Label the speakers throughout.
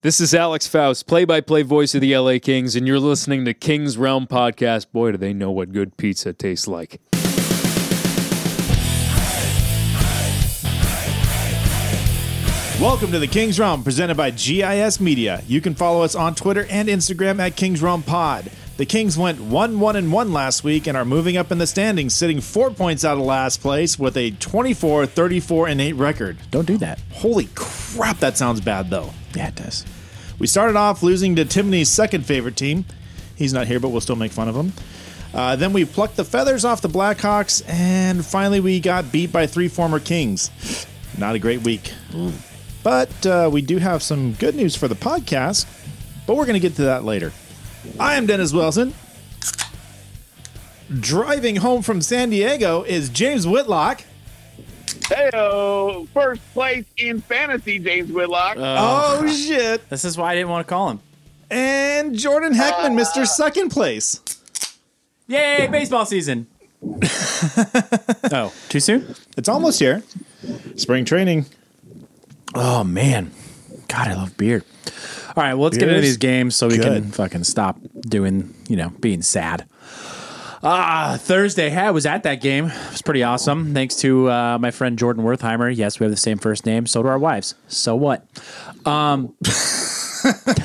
Speaker 1: This is Alex Faust, play by play voice of the LA Kings, and you're listening to Kings Realm Podcast. Boy, do they know what good pizza tastes like.
Speaker 2: Welcome to the King's Realm, presented by GIS Media. You can follow us on Twitter and Instagram at King's Realm Pod. The Kings went 1 1 and 1 last week and are moving up in the standings, sitting four points out of last place with a 24 34 and 8 record. Don't do that. Holy crap, that sounds bad though. Yeah, it does. We started off losing to Timney's second favorite team. He's not here, but we'll still make fun of him. Uh, then we plucked the feathers off the Blackhawks, and finally we got beat by three former Kings. Not a great week. But uh, we do have some good news for the podcast, but we're going to get to that later. I am Dennis Wilson. Driving home from San Diego is James Whitlock.
Speaker 3: Heyo, first place in fantasy, James Whitlock.
Speaker 2: Oh, shit.
Speaker 4: This is why I didn't want to call him.
Speaker 2: And Jordan Heckman, Mr. Second Place.
Speaker 4: Yay, baseball season. oh, too soon?
Speaker 2: It's almost here. Spring training.
Speaker 4: Oh man. God, I love beer. All right, well, let's get into
Speaker 2: Beer's
Speaker 4: these games so we can
Speaker 2: good.
Speaker 4: fucking stop doing, you know, being sad. Ah, Thursday. I was at that game. It was pretty awesome. Thanks to uh, my friend Jordan Wertheimer. Yes, we have the same first name. So do our wives. So what? Um,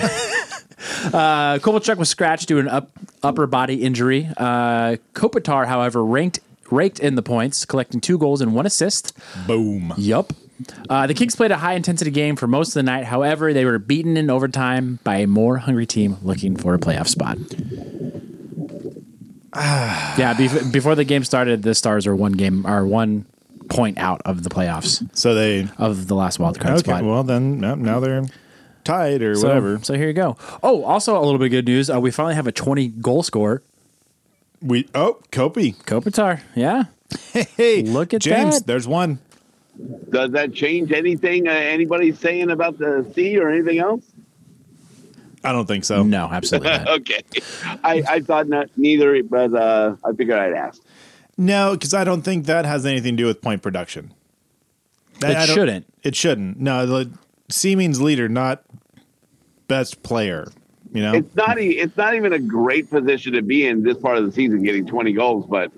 Speaker 4: uh, Kovalchuk was scratched due to an up, upper body injury. Uh, Kopitar, however, ranked raked in the points, collecting two goals and one assist.
Speaker 2: Boom.
Speaker 4: Yup. Uh, the Kings played a high intensity game for most of the night. However, they were beaten in overtime by a more hungry team looking for a playoff spot. yeah, bef- before the game started, the Stars are one game are one point out of the playoffs
Speaker 2: So they.
Speaker 4: of the last wild card
Speaker 2: Okay,
Speaker 4: spot.
Speaker 2: well, then no, now they're tied or
Speaker 4: so,
Speaker 2: whatever.
Speaker 4: So here you go. Oh, also a little bit of good news. Uh, we finally have a 20 goal scorer.
Speaker 2: We Oh, Kopi.
Speaker 4: Kopitar. Yeah.
Speaker 2: Hey,
Speaker 4: Look at
Speaker 2: James,
Speaker 4: that.
Speaker 2: there's one.
Speaker 3: Does that change anything uh, anybody's saying about the sea or anything else?
Speaker 2: I don't think so.
Speaker 4: No, absolutely not.
Speaker 3: Okay, I, I thought not, neither, but uh, I figured I'd ask.
Speaker 2: No, because I don't think that has anything to do with point production. That-
Speaker 4: It
Speaker 2: I don't-
Speaker 4: shouldn't.
Speaker 2: It shouldn't. No, the C means leader, not best player. You know,
Speaker 3: It's not e- it's not even a great position to be in this part of the season, getting twenty goals. But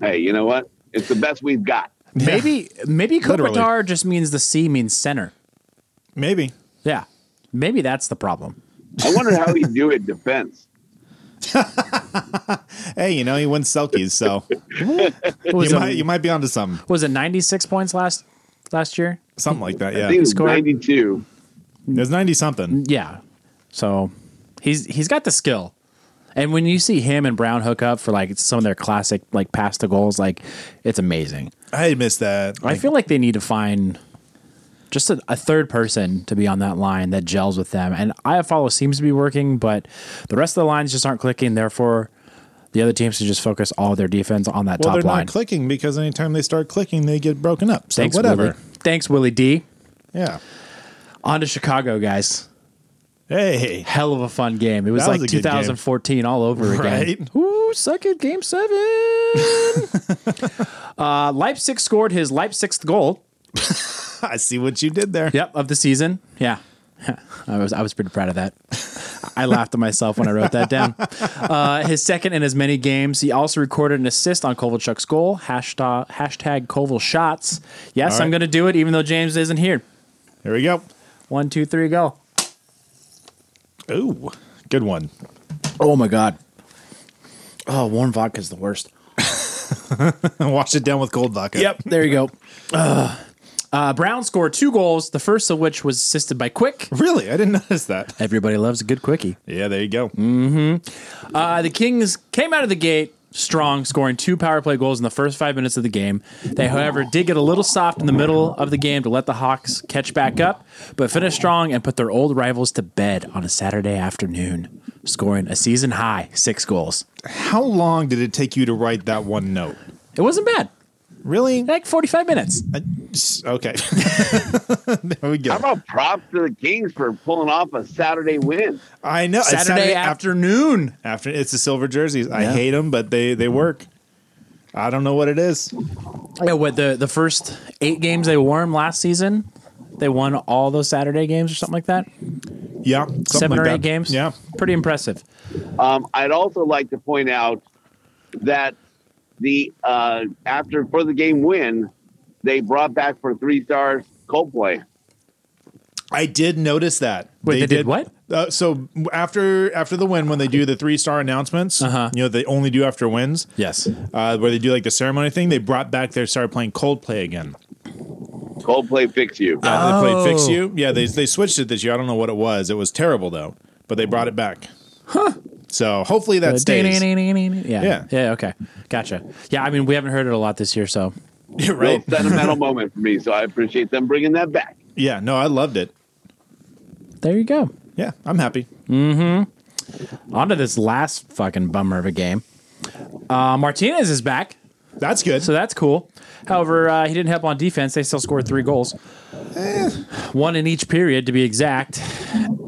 Speaker 3: hey, you know what? It's the best we've got.
Speaker 4: Maybe maybe
Speaker 2: Literally.
Speaker 4: Kopitar just means the C means center.
Speaker 2: maybe.
Speaker 4: Yeah. Maybe that's the problem.
Speaker 3: I wonder how he'd do in defense.
Speaker 2: Hey, you know, he wins Selkies, so
Speaker 4: It was
Speaker 2: you
Speaker 4: a-
Speaker 2: might you might be onto something,
Speaker 4: was it 96 points last last year?
Speaker 2: something like that.
Speaker 3: I think
Speaker 2: Yeah,
Speaker 3: it was
Speaker 4: scored-
Speaker 3: ninety two.
Speaker 2: there's ninety something.
Speaker 4: Yeah. So he's he's got the skill. And when you see him and Brown hook up for like some of their classic like pass to goals, like it's amazing.
Speaker 2: I missed that.
Speaker 4: I feel like they need to find just a, a third person to be on that line that gels with them. And IFollow seems to be working, but the rest of the lines just aren't clicking. Therefore, the other teams should just focus all their defense on that
Speaker 2: well,
Speaker 4: top
Speaker 2: they're
Speaker 4: line.
Speaker 2: not clicking because anytime they start clicking, they get broken up. So
Speaker 4: Thanks,
Speaker 2: whatever.
Speaker 4: Willie. Thanks, Willie D.
Speaker 2: Yeah.
Speaker 4: On to Chicago, guys.
Speaker 2: Hey.
Speaker 4: hell of a fun game. It was
Speaker 2: That was
Speaker 4: like
Speaker 2: a good game.
Speaker 4: 2014 all over again.
Speaker 2: Right.
Speaker 4: Ooh, second game seven. uh, Leipzig scored his Leipzig's goal.
Speaker 2: I see what you did there.
Speaker 4: Yep, of the season. Yeah. I was I was pretty proud of that. I laughed at myself when I wrote that down. Uh, his second in as many games. He also recorded an assist on Kovalchuk's goal. Hashtag, hashtag Koval shots. Yes,
Speaker 2: All right.
Speaker 4: I'm going to do it, even though James isn't here.
Speaker 2: Here we go.
Speaker 4: One, two, three, go.
Speaker 2: Ooh, good one.
Speaker 4: Oh my god. Oh, warm vodka is the worst.
Speaker 2: Wash it down with cold vodka.
Speaker 4: Yep, there you go. Ugh. Uh, Brown scored two goals, the first of which was assisted by Quick.
Speaker 2: Really, I didn't notice that.
Speaker 4: Everybody loves a good quickie.
Speaker 2: Yeah, there you go.
Speaker 4: Uh, the Kings came out of the gate strong, scoring two power play goals in the first five minutes of the game. They, however, did get a little soft in the middle of the game to let the Hawks catch back up, but finished strong and put their old rivals to bed on a Saturday afternoon, scoring a season high six goals.
Speaker 2: How long did it take you to write that one note?
Speaker 4: It wasn't bad.
Speaker 2: Really?
Speaker 4: Like 45 minutes.
Speaker 2: I- s- Okay. there we
Speaker 3: How
Speaker 2: go.
Speaker 3: about props to the Kings for pulling off a Saturday win?
Speaker 2: I know. it's
Speaker 4: Saturday, afternoon.
Speaker 2: after it's the silver jerseys. I
Speaker 4: Yeah.
Speaker 2: hate them, but they they work. I don't know what it is.
Speaker 4: Yeah, what the, the first eight games they wore 'em last season, they won all those Saturday games or something like that.
Speaker 2: Yeah, something
Speaker 4: Seven
Speaker 2: like
Speaker 4: or
Speaker 2: that.
Speaker 4: eight games.
Speaker 2: Yeah,
Speaker 4: Pretty impressive.
Speaker 3: Um, I'd also like to point out that the uh, after for the game win, they brought back for three stars Coldplay.
Speaker 2: I did notice that.
Speaker 4: Wait, they did what?
Speaker 2: Uh, so after after the win, when they do the three star announcements,
Speaker 4: Uh-huh.
Speaker 2: you know they only do after wins.
Speaker 4: Yes.
Speaker 2: Uh, where they do like the ceremony thing, they brought back. They started playing Coldplay again.
Speaker 3: Coldplay fix you.
Speaker 2: Uh, They played Fix
Speaker 4: Oh.
Speaker 2: You. Yeah, they they switched it this year. I don't know what it was. It was terrible though, but they brought it back. Huh. So hopefully that stays.
Speaker 4: Yeah.
Speaker 2: Yeah.
Speaker 4: yeah. Okay. Gotcha. Yeah. I mean, we haven't heard it a lot this year, so
Speaker 2: You're
Speaker 3: Real
Speaker 2: right.
Speaker 3: sentimental moment for me, so I appreciate them bringing that back.
Speaker 2: Yeah. No, I loved it.
Speaker 4: there you go.
Speaker 2: Yeah, I'm happy.
Speaker 4: On to this last fucking bummer of a game. Uh, Martinez is back,
Speaker 2: That's good.
Speaker 4: so that's cool. However, uh, he didn't help on defense. They still scored three goals, one in each period to be exact.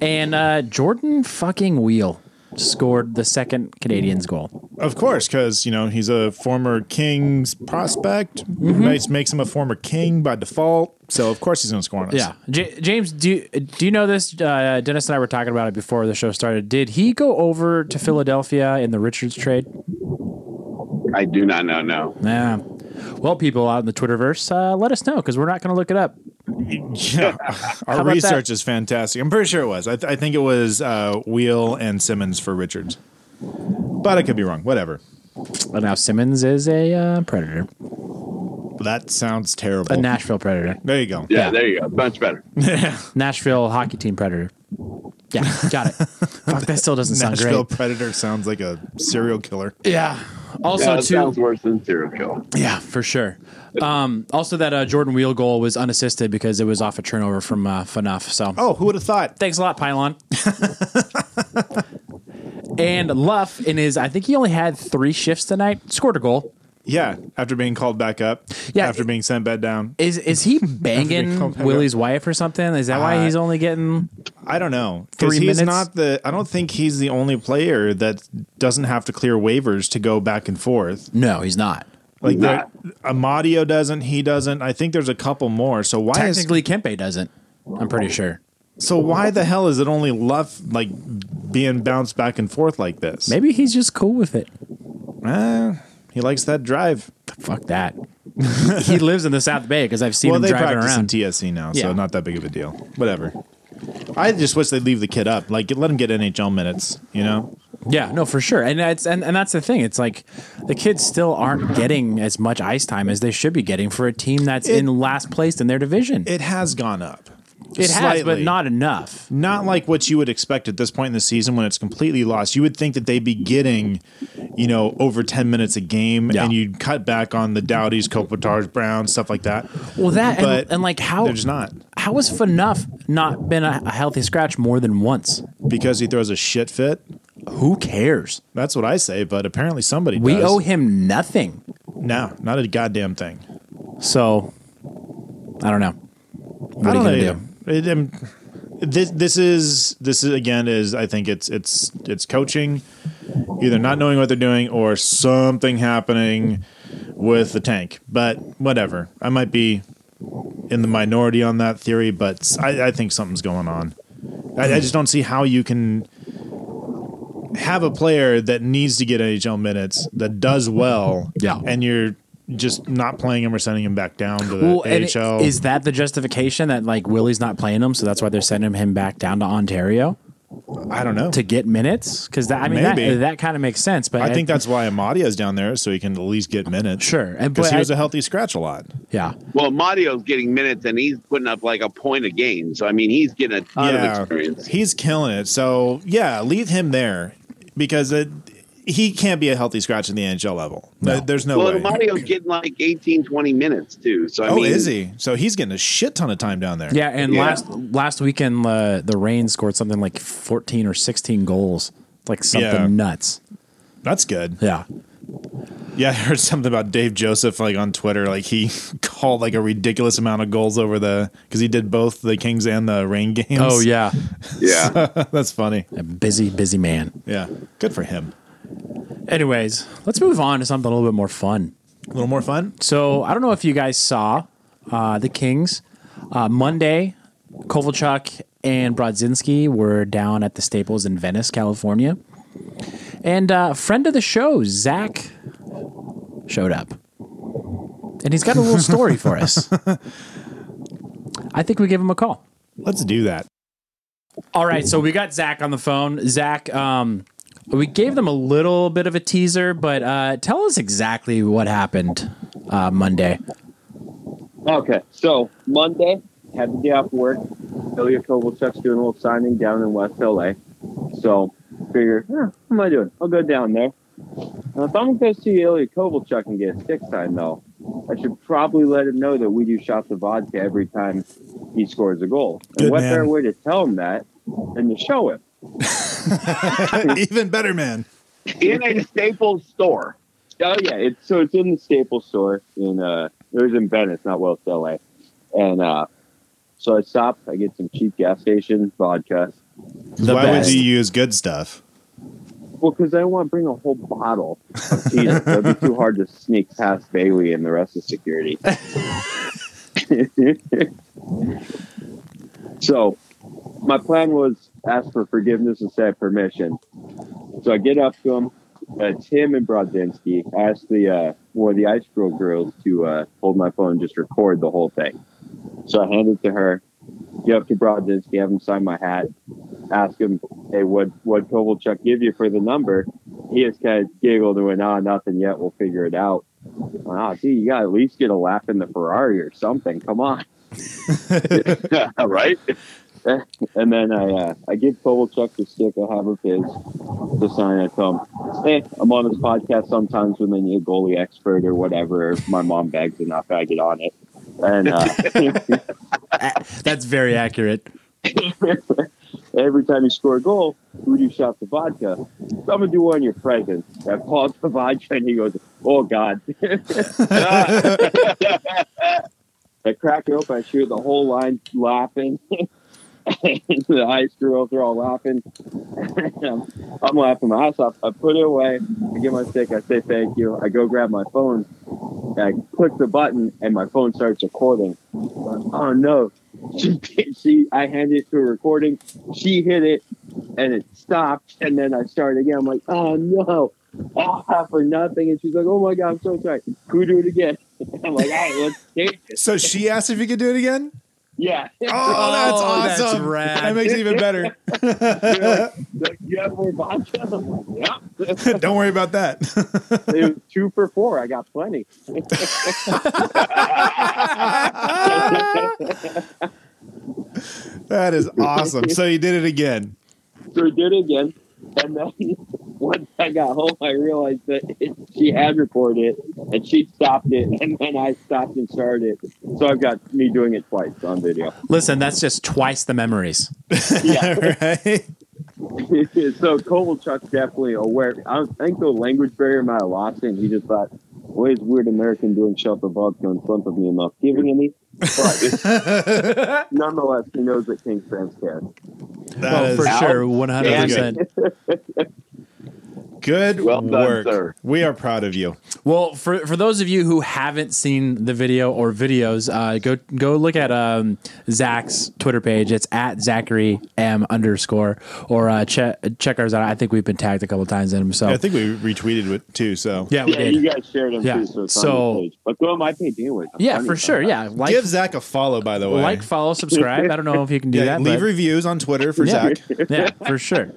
Speaker 4: And uh, Jordan fucking Wheel scored the second Canadians goal.
Speaker 2: Of course, because you know he's a former Kings prospect.
Speaker 4: Mm-hmm.
Speaker 2: Makes makes him a former King by default. So of course he's going to score on us.
Speaker 4: Yeah, J- James, do you, do you know this? Uh, Dennis and I were talking about it before the show started. Did he go over to Philadelphia in the Richards trade?
Speaker 3: I do not know. No,
Speaker 4: Yeah. Well, people out in the Twitterverse, uh, let us know because we're not going to look it up.
Speaker 2: Yeah. Our
Speaker 4: about that?
Speaker 2: research is fantastic. I'm pretty sure it was. I, th- I think it was uh, Wheel and Simmons for Richards, but I could be wrong. Whatever.
Speaker 4: But now Simmons is a uh, predator,
Speaker 2: That sounds terrible.
Speaker 4: a Nashville predator,
Speaker 2: there you go.
Speaker 3: yeah,
Speaker 4: Yeah.
Speaker 3: there you go, much better.
Speaker 4: Nashville hockey team predator. Yeah, got it. Fuck, that still doesn't sound
Speaker 2: Nashville
Speaker 4: great.
Speaker 2: Predator sounds like a serial killer.
Speaker 4: Yeah.
Speaker 3: Yeah,
Speaker 4: Also,
Speaker 3: that
Speaker 4: too.
Speaker 3: sounds worse than serial kill.
Speaker 4: Yeah, for sure. Um, also, that uh, Jordan Wheel goal was unassisted because it was off a turnover from uh, FNUF. So,
Speaker 2: Oh, who would have thought?
Speaker 4: Thanks a lot, Pylon. and Luff, in his, I think he only had three shifts tonight, scored a goal.
Speaker 2: Yeah, after being called back up.
Speaker 4: Yeah,
Speaker 2: after
Speaker 4: it-
Speaker 2: being sent back down.
Speaker 4: Is is he banging
Speaker 2: called back
Speaker 4: Willie's wife or something? Is that why
Speaker 2: Uh,
Speaker 4: he's only getting?
Speaker 2: I don't know. 'Cause
Speaker 4: Three
Speaker 2: he's
Speaker 4: minutes?
Speaker 2: not the I don't think he's the only player that doesn't have to clear waivers to go back and forth.
Speaker 4: No, he's not.
Speaker 2: Like
Speaker 3: He's
Speaker 2: there- Amadio doesn't, he doesn't. I think there's a couple more. So why is
Speaker 4: Technically, Kempe doesn't. I'm pretty sure.
Speaker 2: so why the hell is it only Luff like being bounced back and forth like this?
Speaker 4: Maybe he's just cool with it.
Speaker 2: Eh, he likes that drive.
Speaker 4: Fuck that. he lives in the South Bay because I've seen
Speaker 2: well,
Speaker 4: him
Speaker 2: they
Speaker 4: driving
Speaker 2: practice in
Speaker 4: around.
Speaker 2: TSC now, so
Speaker 4: Yeah.
Speaker 2: not that big of a deal. Whatever. I just wish they'd leave the kid up. Like let him get NHL minutes, you know?
Speaker 4: yeah, no, for sure. And that's and, and that's the thing. It's like the kids still aren't getting as much ice time as they should be getting for a team that's
Speaker 2: It-
Speaker 4: in last place in their division.
Speaker 2: It has gone up.
Speaker 4: It has, but
Speaker 2: Slightly.
Speaker 4: not enough.
Speaker 2: not like what you would expect at this point in the season when it's completely lost. You would think that they'd be getting, you know, over 10 minutes a game
Speaker 4: Yeah.
Speaker 2: and you'd cut back on the Dowdies, Kopitar's, Brown, stuff like that.
Speaker 4: Well, that and-
Speaker 2: But
Speaker 4: and, like how
Speaker 2: They're just not
Speaker 4: how has FNUF not been a, a healthy scratch more than once?
Speaker 2: because he throws a shit fit.
Speaker 4: Who cares?
Speaker 2: That's what I say, but apparently somebody
Speaker 4: We
Speaker 2: does.
Speaker 4: owe him nothing.
Speaker 2: No, not a goddamn thing.
Speaker 4: So I don't know. What
Speaker 2: I
Speaker 4: are you
Speaker 2: don't
Speaker 4: gonna
Speaker 2: know.
Speaker 4: do?
Speaker 2: It, um, this this is this is again is I think it's it's it's coaching, either not knowing what they're doing or something happening with the tank. But whatever, I might be in the minority on that theory, but I, I think something's going on. I, I just don't see how you can have a player that needs to get NHL minutes that does well,
Speaker 4: Yeah.
Speaker 2: and you're just not playing him or sending him back down to the
Speaker 4: Well, and it-
Speaker 2: AHL.
Speaker 4: is that the justification that like Willie's not playing him, so that's why they're sending him back down to Ontario?
Speaker 5: I don't know.
Speaker 4: to get minutes? Because that I mean
Speaker 5: Maybe.
Speaker 4: that, uh, that kind of makes sense. But
Speaker 5: I think that's why Amadia's down there, so he can at least get minutes.
Speaker 4: Sure, and-
Speaker 5: because
Speaker 4: but
Speaker 5: he
Speaker 4: I-
Speaker 5: was a healthy scratch a lot.
Speaker 4: yeah.
Speaker 6: Well, Mario's getting minutes and he's putting up like a point a game. So I mean, he's getting a ton of experience.
Speaker 5: He's killing it. So yeah, leave him there because it, he can't be a healthy scratch in the NHL level. No. There's no
Speaker 6: well,
Speaker 5: way.
Speaker 6: Mario's getting like 18, 20 minutes too. So I
Speaker 5: oh,
Speaker 6: mean,
Speaker 5: is he? So he's getting a shit ton of time down there.
Speaker 4: Yeah, and
Speaker 6: Yeah.
Speaker 4: last last weekend uh, the rain scored something like fourteen or sixteen goals, like something
Speaker 5: Yeah.
Speaker 4: nuts.
Speaker 5: that's good.
Speaker 4: Yeah,
Speaker 5: Yeah, I heard something about Dave Joseph like on Twitter. Like he called like a ridiculous amount of goals over the because he did both the Kings and the Rain games.
Speaker 4: Oh yeah,
Speaker 6: Yeah.
Speaker 5: that's funny.
Speaker 4: a busy, busy man.
Speaker 5: Yeah, good for him.
Speaker 4: Anyways, let's move on to something a little bit more fun.
Speaker 5: A little more fun.
Speaker 4: So I don't know if you guys saw uh, the Kings uh, Monday. Kovalchuk and Brodzinski were down at the Staples in Venice, California, and uh, a friend of the show, Zach, showed up, and he's got a little story for us. I think we give him a call.
Speaker 5: Let's do that.
Speaker 4: All right, so we got Zach on the phone. Zach, um, we gave them a little bit of a teaser, but uh, tell us exactly what happened uh, Monday.
Speaker 2: Okay, so Monday, had the day off work. Ilya Kovalchuk's doing a little signing down in West LA. So, figure, eh, what am I doing? I'll go down there. And if I'm going to see Ilya Kovalchuk and get a six time, though, I should probably let him know that we do shots of vodka every time he scores a goal.
Speaker 5: Good
Speaker 2: and what
Speaker 5: man.
Speaker 2: better way to tell him that than to show him?
Speaker 5: Even better, man.
Speaker 6: in a Staples store.
Speaker 2: Oh yeah, it's so it's in the Staples store in uh it was in Venice, not West LA. And uh so I stop, I get some cheap gas station vodka.
Speaker 5: Why
Speaker 4: best.
Speaker 5: would you use good stuff?
Speaker 2: Well, because I don't want to bring a whole bottle of cheetah. That'd be too hard to sneak past Bailey and the rest of security. so, my plan was ask for forgiveness instead of permission. So I get up to him. uh, It's him and Brodzinski. I ask the uh, one of the ice girl girls to uh, hold my phone and just record the whole thing. So I hand it to her. Get up to Brodzinski, have him sign my hat ask him, "Hey, what what Kovalchuk give you for the number?" He just kind of giggled and went, "Ah, nothing yet. We'll figure it out." Wow, dude, you got to at least get a lap in the Ferrari or something. Come on, right? and then I uh, I give Kovalchuk the stick I have of his to sign. I tell him, "Hey, I'm on this podcast sometimes when they need a goalie expert or whatever. My mom begs enough, I get on it." And uh,
Speaker 4: That's very accurate.
Speaker 2: Every time you score a goal, who do you shot the vodka? So I'm gonna do one in your presence. I pull out the vodka and he goes, "Oh God!" I crack it open. I shoot the whole line laughing. the ice girls are all laughing. I'm, I'm laughing my ass off. I put it away. I get my stick. I say thank you. I go grab my phone. And I click the button, and my phone starts recording. Oh no! She, she, I handed it to a recording. She hit it, and it stopped. And then I started again. I'm like, oh no, ah, for nothing. And she's like, oh my god, I'm so sorry. Can we do it again? I'm like, all right, let's do this.
Speaker 5: So she asked if you could do it again.
Speaker 2: Yeah.
Speaker 5: Oh, that's
Speaker 4: Oh, that's
Speaker 5: awesome.
Speaker 4: rad.
Speaker 5: That makes it even better.
Speaker 2: Like, you have more vodka? I'm like, yeah.
Speaker 5: Don't worry about that.
Speaker 2: it was two for four. I got plenty.
Speaker 5: that is awesome. So you did it again.
Speaker 2: So we did it again. And then once I got home, I realized that it, she had recorded it and she stopped it. And then I stopped and started it. So I've got me doing it twice on video.
Speaker 4: Listen, that's just twice the memories.
Speaker 2: Yeah.
Speaker 5: right?
Speaker 2: so Kovalchuk's definitely aware. I don't think the language barrier might have lost him. He just thought, what is weird American doing shelter vodka in front of me and not giving any? But nonetheless, he knows that King fans care.
Speaker 5: That is-
Speaker 4: sure, one
Speaker 2: Damn it. Good
Speaker 3: Well done,
Speaker 2: work.
Speaker 3: sir.
Speaker 2: We are proud of you.
Speaker 4: Well, for for those of you who haven't seen the video or videos, uh, go go look at um, Zach's Twitter page. It's at Zachary M underscore or uh, check check ours out. I think we've been tagged a couple times in them. So
Speaker 2: I think we retweeted it too. So
Speaker 4: Oh. yeah, we
Speaker 7: Yeah, you
Speaker 4: did.
Speaker 7: guys shared them
Speaker 4: Yeah.
Speaker 7: too, so it's
Speaker 4: So-
Speaker 7: on the page. But go on my page anyway. I'm
Speaker 4: Yeah,
Speaker 7: funny
Speaker 4: for sure.
Speaker 7: sometimes.
Speaker 4: Yeah, like
Speaker 2: give Zach a follow, by the way.
Speaker 4: like follow subscribe. I don't know if you can do
Speaker 2: yeah,
Speaker 4: that.
Speaker 2: leave
Speaker 4: but-
Speaker 2: reviews on Twitter for
Speaker 4: Yeah.
Speaker 2: Zach.
Speaker 4: yeah, for sure.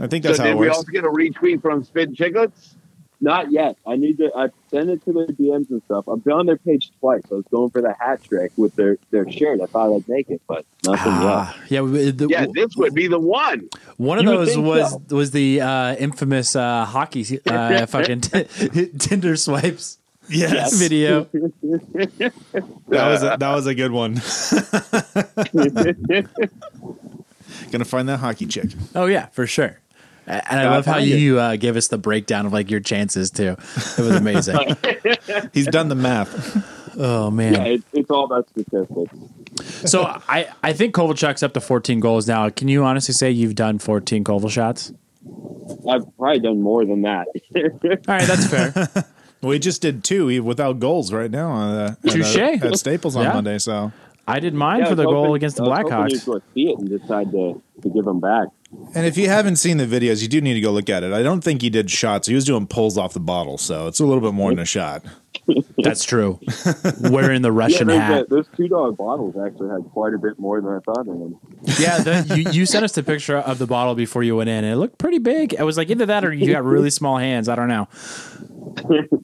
Speaker 2: I think
Speaker 3: So
Speaker 2: that's how
Speaker 3: did
Speaker 2: it
Speaker 3: we
Speaker 2: works.
Speaker 3: also get a retweet from Spin Chicklets?
Speaker 7: Not yet. I need to. I send it to their DMs and stuff. I've been on their page twice. I was going for the hat trick with their their shirt. I thought I'd make it, but nothing yet.
Speaker 4: Ah, yeah, we- the-
Speaker 3: Yeah, this would be the one.
Speaker 4: One of
Speaker 7: You would
Speaker 4: those
Speaker 7: think
Speaker 4: was
Speaker 7: so.
Speaker 4: was the uh, infamous uh, hockey uh, fucking t- Tinder swipes
Speaker 2: Yes.
Speaker 4: video.
Speaker 2: That
Speaker 7: uh,
Speaker 2: was a, that was a good one. Gonna find that hockey chick.
Speaker 4: Oh yeah, for sure. A- And I love how
Speaker 7: find it.
Speaker 4: you uh, gave us the breakdown of like your chances too. It was amazing.
Speaker 2: He's done the math.
Speaker 4: oh
Speaker 7: Yeah,
Speaker 4: man.
Speaker 7: it, it's all about statistics.
Speaker 4: So I I think Kovalchuk's up to 14 goals now. Can you honestly say you've done 14 Koval shots?
Speaker 7: I've probably done more than that.
Speaker 4: All right, that's fair.
Speaker 2: We just did two even without goals right now. Uh, at, uh,
Speaker 4: Touche.
Speaker 2: At, Staples on
Speaker 4: Yeah.
Speaker 2: Monday. So
Speaker 4: I did mine
Speaker 7: Yeah, I
Speaker 4: for
Speaker 7: was
Speaker 4: the goal
Speaker 7: hoping-
Speaker 4: against the
Speaker 7: I was hoping
Speaker 4: Blackhawks.
Speaker 7: you'd go see it and decide to, to give them back.
Speaker 2: and if you haven't seen the videos, you do need to go look at it. I don't think he did shots. He was doing pulls off the bottle, so it's a little bit more than a shot.
Speaker 4: That's true. Wearing the
Speaker 7: Yeah,
Speaker 4: Russian
Speaker 7: those, uh,
Speaker 4: hat.
Speaker 7: those two dollar bottles actually had quite a bit more than I thought in them.
Speaker 4: Yeah, the, you, you sent us the picture of the bottle before you went in, and it looked pretty big. I was like, either that or you got really small hands. I don't know.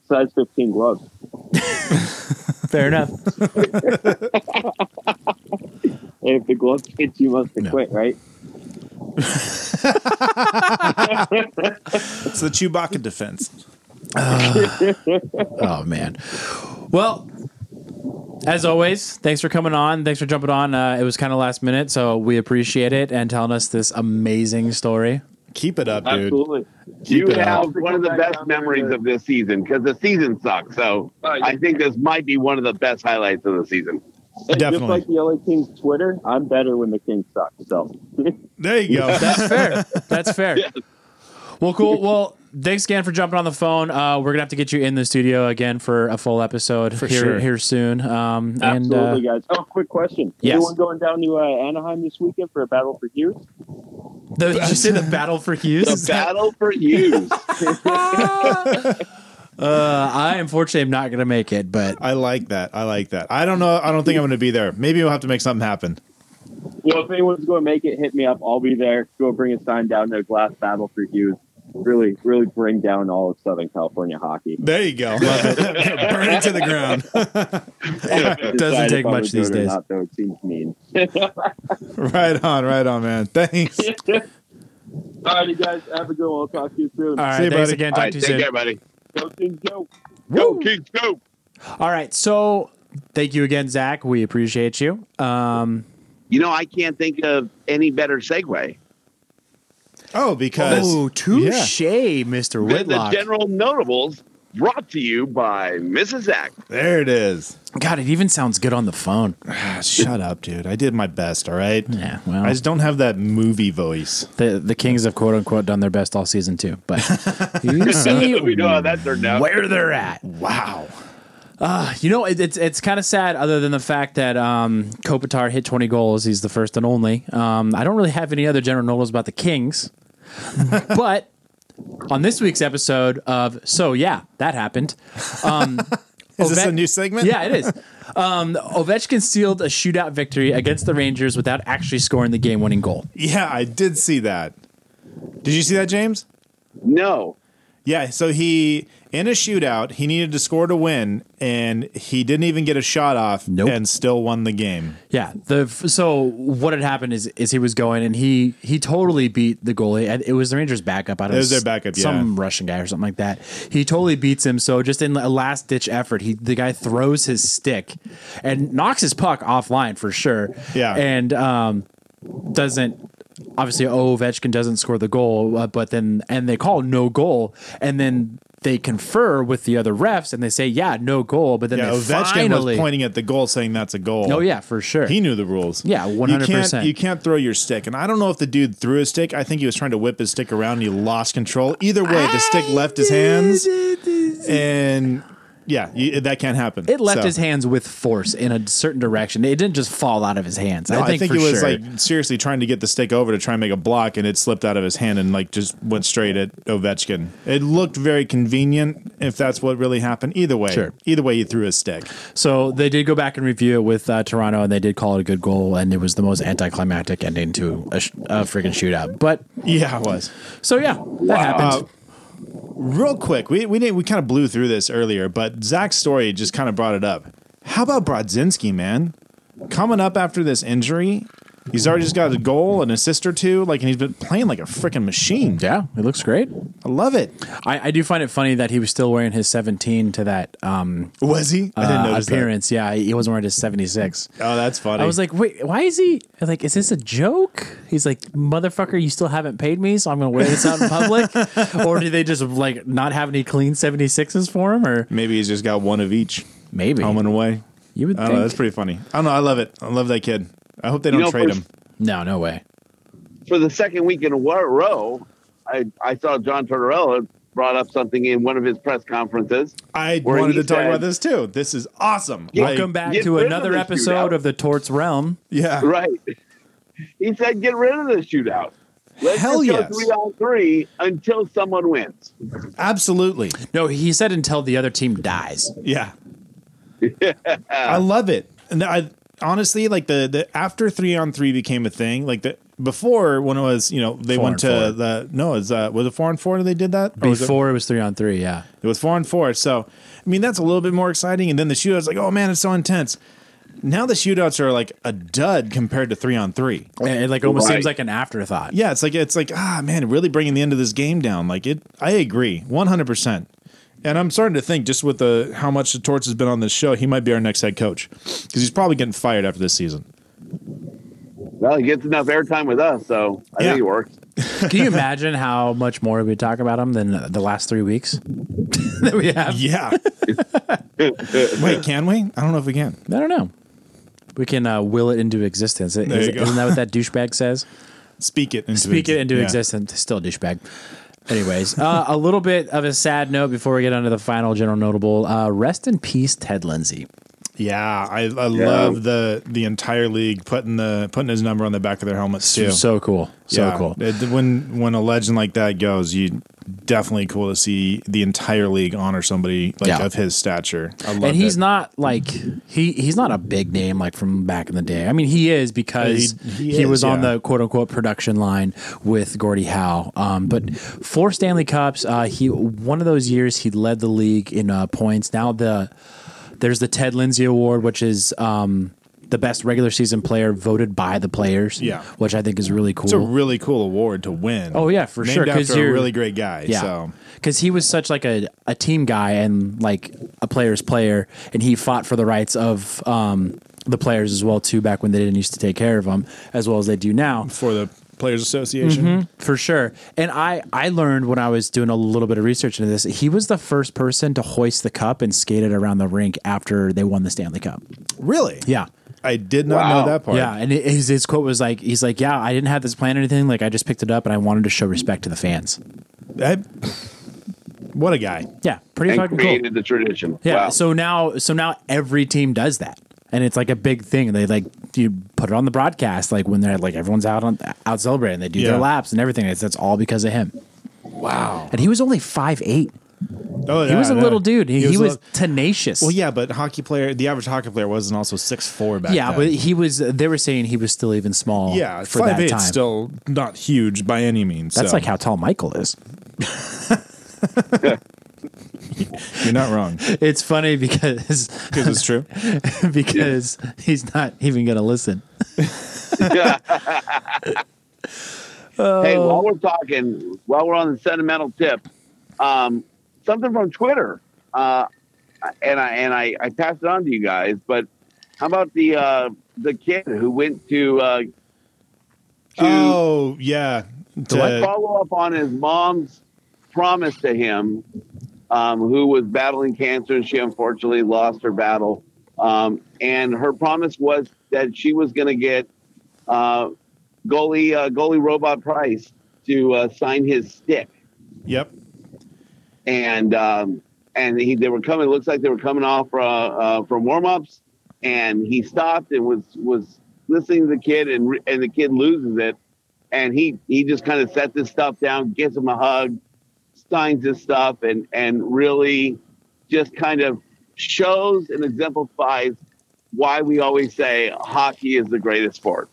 Speaker 7: Size fifteen gloves.
Speaker 4: Fair enough.
Speaker 7: And if the gloves hit you, must have
Speaker 4: No.
Speaker 7: quit, right?
Speaker 2: It's the Chewbacca defense.
Speaker 4: Oh man. Well, as always, thanks for coming on. Thanks for jumping on. Uh, it was kind of last minute, so we appreciate it and telling us this amazing story.
Speaker 2: Keep it up, dude.
Speaker 7: Absolutely.
Speaker 3: You
Speaker 2: it
Speaker 3: have
Speaker 2: up.
Speaker 3: one of the best memories of this season because the season sucks. So
Speaker 7: uh, Oh, yeah.
Speaker 3: I think this might be one of the best highlights of the season.
Speaker 7: And
Speaker 2: Definitely.
Speaker 7: Just like the LA Kings Twitter, I'm better when the Kings suck. So
Speaker 2: There you go.
Speaker 4: That's fair. That's fair. Well, cool. Well, thanks again for jumping on the phone. Uh, we're gonna have to get you in the studio again for a full episode here
Speaker 2: sure.
Speaker 4: here soon. Um, and uh,
Speaker 7: absolutely, guys. Oh, quick question.
Speaker 4: Yes.
Speaker 7: Anyone going down to uh, Anaheim this weekend for a battle for Hughes?
Speaker 4: the, did you say the battle for Hughes?
Speaker 3: The battle for you.
Speaker 4: Uh, I unfortunately am not gonna make it, but
Speaker 2: I like that. I like that. I don't know. I don't think I'm going to be there. Maybe we'll have to make something happen.
Speaker 7: Well, if anyone's going to make it, hit me up. I'll be there. Go bring a sign down to glass battle for Hughes. Really, really bring down all of Southern California hockey.
Speaker 2: There you go. Burn it to the ground.
Speaker 7: It
Speaker 4: doesn't take much these days.
Speaker 7: Not, though, it seems mean.
Speaker 2: right on. Right on, man. Thanks.
Speaker 7: all righty, guys. Have a good one. I'll talk to you soon.
Speaker 4: all right.
Speaker 2: See you,
Speaker 4: thanks
Speaker 2: buddy.
Speaker 4: again.
Speaker 3: All
Speaker 4: Talk
Speaker 3: right,
Speaker 4: to
Speaker 3: take
Speaker 4: you soon.
Speaker 3: care, buddy.
Speaker 7: Go, Kings, go.
Speaker 3: Go, Kings, go.
Speaker 4: All right. So thank you again, Zach. We appreciate you. Um,
Speaker 3: You know, I can't think of any better segue.
Speaker 2: Oh, because
Speaker 4: oh, touche, Mr.
Speaker 3: The, the
Speaker 4: Whitlock.
Speaker 3: general notables brought to you by Mrs. Zach.
Speaker 2: there it is.
Speaker 4: God, it even sounds good on the phone.
Speaker 2: Ah, shut up, dude. I did my best. All right.
Speaker 4: Yeah. Well,
Speaker 2: I just don't have that movie voice.
Speaker 4: the, the Kings have quote unquote done their best all season, too. But you see
Speaker 3: we know how that turned out.
Speaker 4: where they're at.
Speaker 2: Wow.
Speaker 4: You know, it, it's it's kind of sad. Other than the fact that um, Kopitar hit twenty goals, he's the first and only. Um, I don't really have any other general notables about the Kings, but on this week's episode of so yeah, that happened. Um,
Speaker 2: Is this
Speaker 4: Ovech-
Speaker 2: a new segment?
Speaker 4: Yeah, it is. Um, Ovechkin sealed a shootout victory against the Rangers without actually scoring the game-winning goal.
Speaker 2: Yeah, I did see that. Did you see that, James?
Speaker 3: No.
Speaker 2: Yeah. So he in a shootout, he needed to score to win, and he didn't even get a shot off,
Speaker 4: Nope.
Speaker 2: and still won the game.
Speaker 4: Yeah. The so what had happened is is he was going and he he totally beat the goalie. And It was the Rangers' backup. I don't
Speaker 2: It was
Speaker 4: know,
Speaker 2: their backup, yeah.
Speaker 4: Some Russian guy or something like that. He totally beats him. So just in a last ditch effort, he the guy throws his stick and knocks his puck offline for sure.
Speaker 2: Yeah.
Speaker 4: And um, doesn't. Obviously, Ovechkin doesn't score the goal, uh, but then and they call no goal, and then they confer with the other refs and they say, "Yeah, no goal," but then
Speaker 2: yeah,
Speaker 4: they
Speaker 2: Ovechkin
Speaker 4: finally,
Speaker 2: was pointing at the goal, saying that's a goal.
Speaker 4: Oh yeah, for sure.
Speaker 2: He knew the rules.
Speaker 4: Yeah,
Speaker 2: You can't-
Speaker 4: 100%.
Speaker 2: You can't throw your stick. And I don't know if the dude threw his stick. I think he was trying to whip his stick around and he lost control. Either way, the stick left his hands. And yeah, you, that can't happen.
Speaker 4: It left
Speaker 2: So-
Speaker 4: his hands with force in a certain direction. It didn't just fall out of his hands.
Speaker 2: No,
Speaker 4: I think, for
Speaker 2: it was
Speaker 4: sure.
Speaker 2: like seriously trying to get the stick over to try and make a block, and it slipped out of his hand and like just went straight at Ovechkin. It looked very convenient if that's what really happened. Either way,
Speaker 4: Sure.
Speaker 2: either way, he threw his stick.
Speaker 4: So they did go back and review it with uh, Toronto, and they did call it a good goal, and it was the most anticlimactic ending to a, sh- a freaking shootout. But
Speaker 2: Yeah, it was.
Speaker 4: so oh, yeah, that happened.
Speaker 2: Uh, Real quick, we we didn't, we kind of blew through this earlier, but Zach's story just kind of brought it up. How about Brodzinski, man? Coming up after this injury, he's already just got a goal, an assist or two, like, and he's been playing like a freaking machine.
Speaker 4: Yeah, it looks great.
Speaker 2: I love it.
Speaker 4: I, I do find it funny that he was still wearing his 17 to that um,
Speaker 2: Was he? I
Speaker 4: uh,
Speaker 2: didn't notice that.
Speaker 4: appearance. Yeah, he wasn't wearing his 76.
Speaker 2: Oh, that's funny.
Speaker 4: I was like, wait, why is he like? Is this a joke? He's like, motherfucker, you still haven't paid me, so I'm gonna wear this out in public. or do they just like not have any clean 76s for him? Or
Speaker 2: Maybe he's just got one of each,
Speaker 4: maybe
Speaker 2: home and away.
Speaker 4: you would
Speaker 2: I don't know.
Speaker 4: think.
Speaker 2: That's pretty funny. I don't know. I love it. I love that kid. I hope they don't
Speaker 3: know,
Speaker 2: trade
Speaker 3: first-
Speaker 2: him.
Speaker 4: no, no way.
Speaker 3: for the second week in a wa- row, I, I saw John Tortorella brought up something in one of his press conferences.
Speaker 2: I
Speaker 3: Where
Speaker 2: wanted
Speaker 3: he
Speaker 2: to talk
Speaker 3: said-
Speaker 2: about this too. This is awesome.
Speaker 3: Yeah.
Speaker 2: Like,
Speaker 4: Welcome back
Speaker 3: get
Speaker 4: to
Speaker 3: rid of
Speaker 4: another
Speaker 3: the
Speaker 4: episode
Speaker 3: shootout.
Speaker 4: of the Torts Realm.
Speaker 2: Yeah.
Speaker 3: Right. He said, get rid of the shootout. Let's
Speaker 2: Hell
Speaker 3: just go
Speaker 2: yes.
Speaker 3: three on three until someone wins.
Speaker 2: Absolutely.
Speaker 4: No, he said until the other team dies.
Speaker 2: Yeah. I love it. And I honestly like the the after three on three became a thing. Like the before when it was you know they
Speaker 4: Four
Speaker 2: went
Speaker 4: on
Speaker 2: to
Speaker 4: four.
Speaker 2: the no is uh, was it four and four they did that Or was it-
Speaker 4: Before it was three on three, yeah.
Speaker 2: It was four and four. So, I mean, that's a little bit more exciting. And then the shootout's like, oh man, it's so intense. Now the shootouts are like a dud compared to three on three.
Speaker 4: It, it, like almost
Speaker 3: Right.
Speaker 4: seems like an afterthought.
Speaker 2: Yeah, it's like it's like ah man, really bringing the end of this game down. Like it, I agree, one hundred percent. And I'm starting to think just with the how much the Torch has been on this show, he might be our next head coach because he's probably getting fired after this season.
Speaker 3: Well, he gets enough airtime with us, so I
Speaker 2: Yeah.
Speaker 3: think it works.
Speaker 4: Can you imagine how much more we talk about him than the last three weeks that we have?
Speaker 2: Yeah. Wait, can we? I don't know if we can.
Speaker 4: I don't know. We can uh, will it into existence. Is,
Speaker 2: you go.
Speaker 4: isn't that what that douchebag says?
Speaker 2: Speak it into
Speaker 4: Speak it into
Speaker 2: yeah.
Speaker 4: existence. Still a douchebag. Anyways, uh, a little bit of a sad note before we get onto the final general notable. Uh, rest in peace, Ted Lindsay.
Speaker 2: Yeah, I, I love the the entire league putting the putting his number on the back of their helmets too.
Speaker 4: So cool. So
Speaker 2: Yeah.
Speaker 4: cool.
Speaker 2: It- when when a legend like that goes, you definitely cool to see the entire league honor somebody like
Speaker 4: Yeah.
Speaker 2: of his stature. I love
Speaker 4: and he's
Speaker 2: it.
Speaker 4: not like he he's not a big name like from back in the day. I mean, he is because
Speaker 2: He-
Speaker 4: he,
Speaker 2: he is,
Speaker 4: was on
Speaker 2: yeah.
Speaker 4: the quote unquote production line with Gordie Howe. Um, but four Stanley Cups. Uh, he one of those years he led the league in uh, points. Now the there's the Ted Lindsay Award, which is um, the best regular season player voted by the players.
Speaker 2: Yeah.
Speaker 4: which I think is really cool.
Speaker 2: It's a really cool award to win.
Speaker 4: Oh, yeah, for
Speaker 2: Named
Speaker 4: sure, 'cause
Speaker 2: After a
Speaker 4: you're-
Speaker 2: really great guy.
Speaker 4: Yeah.
Speaker 2: So
Speaker 4: Because he was such like a, a team guy and like a player's player, and he fought for the rights of um, the players as well too. Back when they didn't used to take care of them as well as they do now,
Speaker 2: for the Players Association,
Speaker 4: for sure. And I I learned when I was doing a little bit of research into this, he was the first person to hoist the cup and skate it around the rink after they won the Stanley Cup.
Speaker 2: really?
Speaker 4: Yeah.
Speaker 2: I did not
Speaker 3: Wow.
Speaker 2: know that part.
Speaker 4: Yeah, and it- his his quote was like, "He's like, yeah, I didn't have this plan or anything. Like, I just picked it up and I wanted to show respect to the fans."
Speaker 2: I- what a guy!
Speaker 4: Yeah, pretty
Speaker 3: And
Speaker 4: fucking cool.
Speaker 3: created the tradition.
Speaker 4: Yeah.
Speaker 3: Wow.
Speaker 4: So now, so now every team does that, and it's like a big thing. They like you put it on the broadcast, like when they're like everyone's out on out celebrating. They do
Speaker 2: Yeah.
Speaker 4: their laps and everything. It's that's all because of him. Wow. And he was only five eight.
Speaker 2: Oh,
Speaker 4: He was a little dude. He, he was,
Speaker 2: a-
Speaker 4: tenacious.
Speaker 2: well, yeah, but hockey player, the average hockey player wasn't also six four back
Speaker 4: Yeah,
Speaker 2: then.
Speaker 4: but he was. They were saying he was still even small.
Speaker 2: yeah,
Speaker 4: for that
Speaker 2: five eight,
Speaker 4: time.
Speaker 2: still not huge by any means.
Speaker 4: that's
Speaker 2: so
Speaker 4: like how tall Michael is.
Speaker 2: you're not wrong
Speaker 4: It's funny because
Speaker 2: because it's true.
Speaker 4: because he's not even going to listen.
Speaker 3: hey, while we're talking, while we're on the sentimental tip, um, something from Twitter, uh, and I and I, I passed it on to you guys. But how about the uh, the kid who went to uh, to
Speaker 2: Oh yeah. To-
Speaker 3: follow up on his mom's promise to him uh, um, who was battling cancer, and she unfortunately lost her battle. Um, and her promise was that she was going to get uh, goalie uh, goalie robot Price to uh, sign his stick,
Speaker 2: Yep.
Speaker 3: and um, and he they were coming. It looks like they were coming off uh, uh, from warm ups, and he stopped and was was listening to the kid, and re- and the kid loses it, and he he just kind of sets his stuff down, gives him a hug, signs his stuff, and and really just kind of shows and exemplifies why we always say hockey is the greatest sport.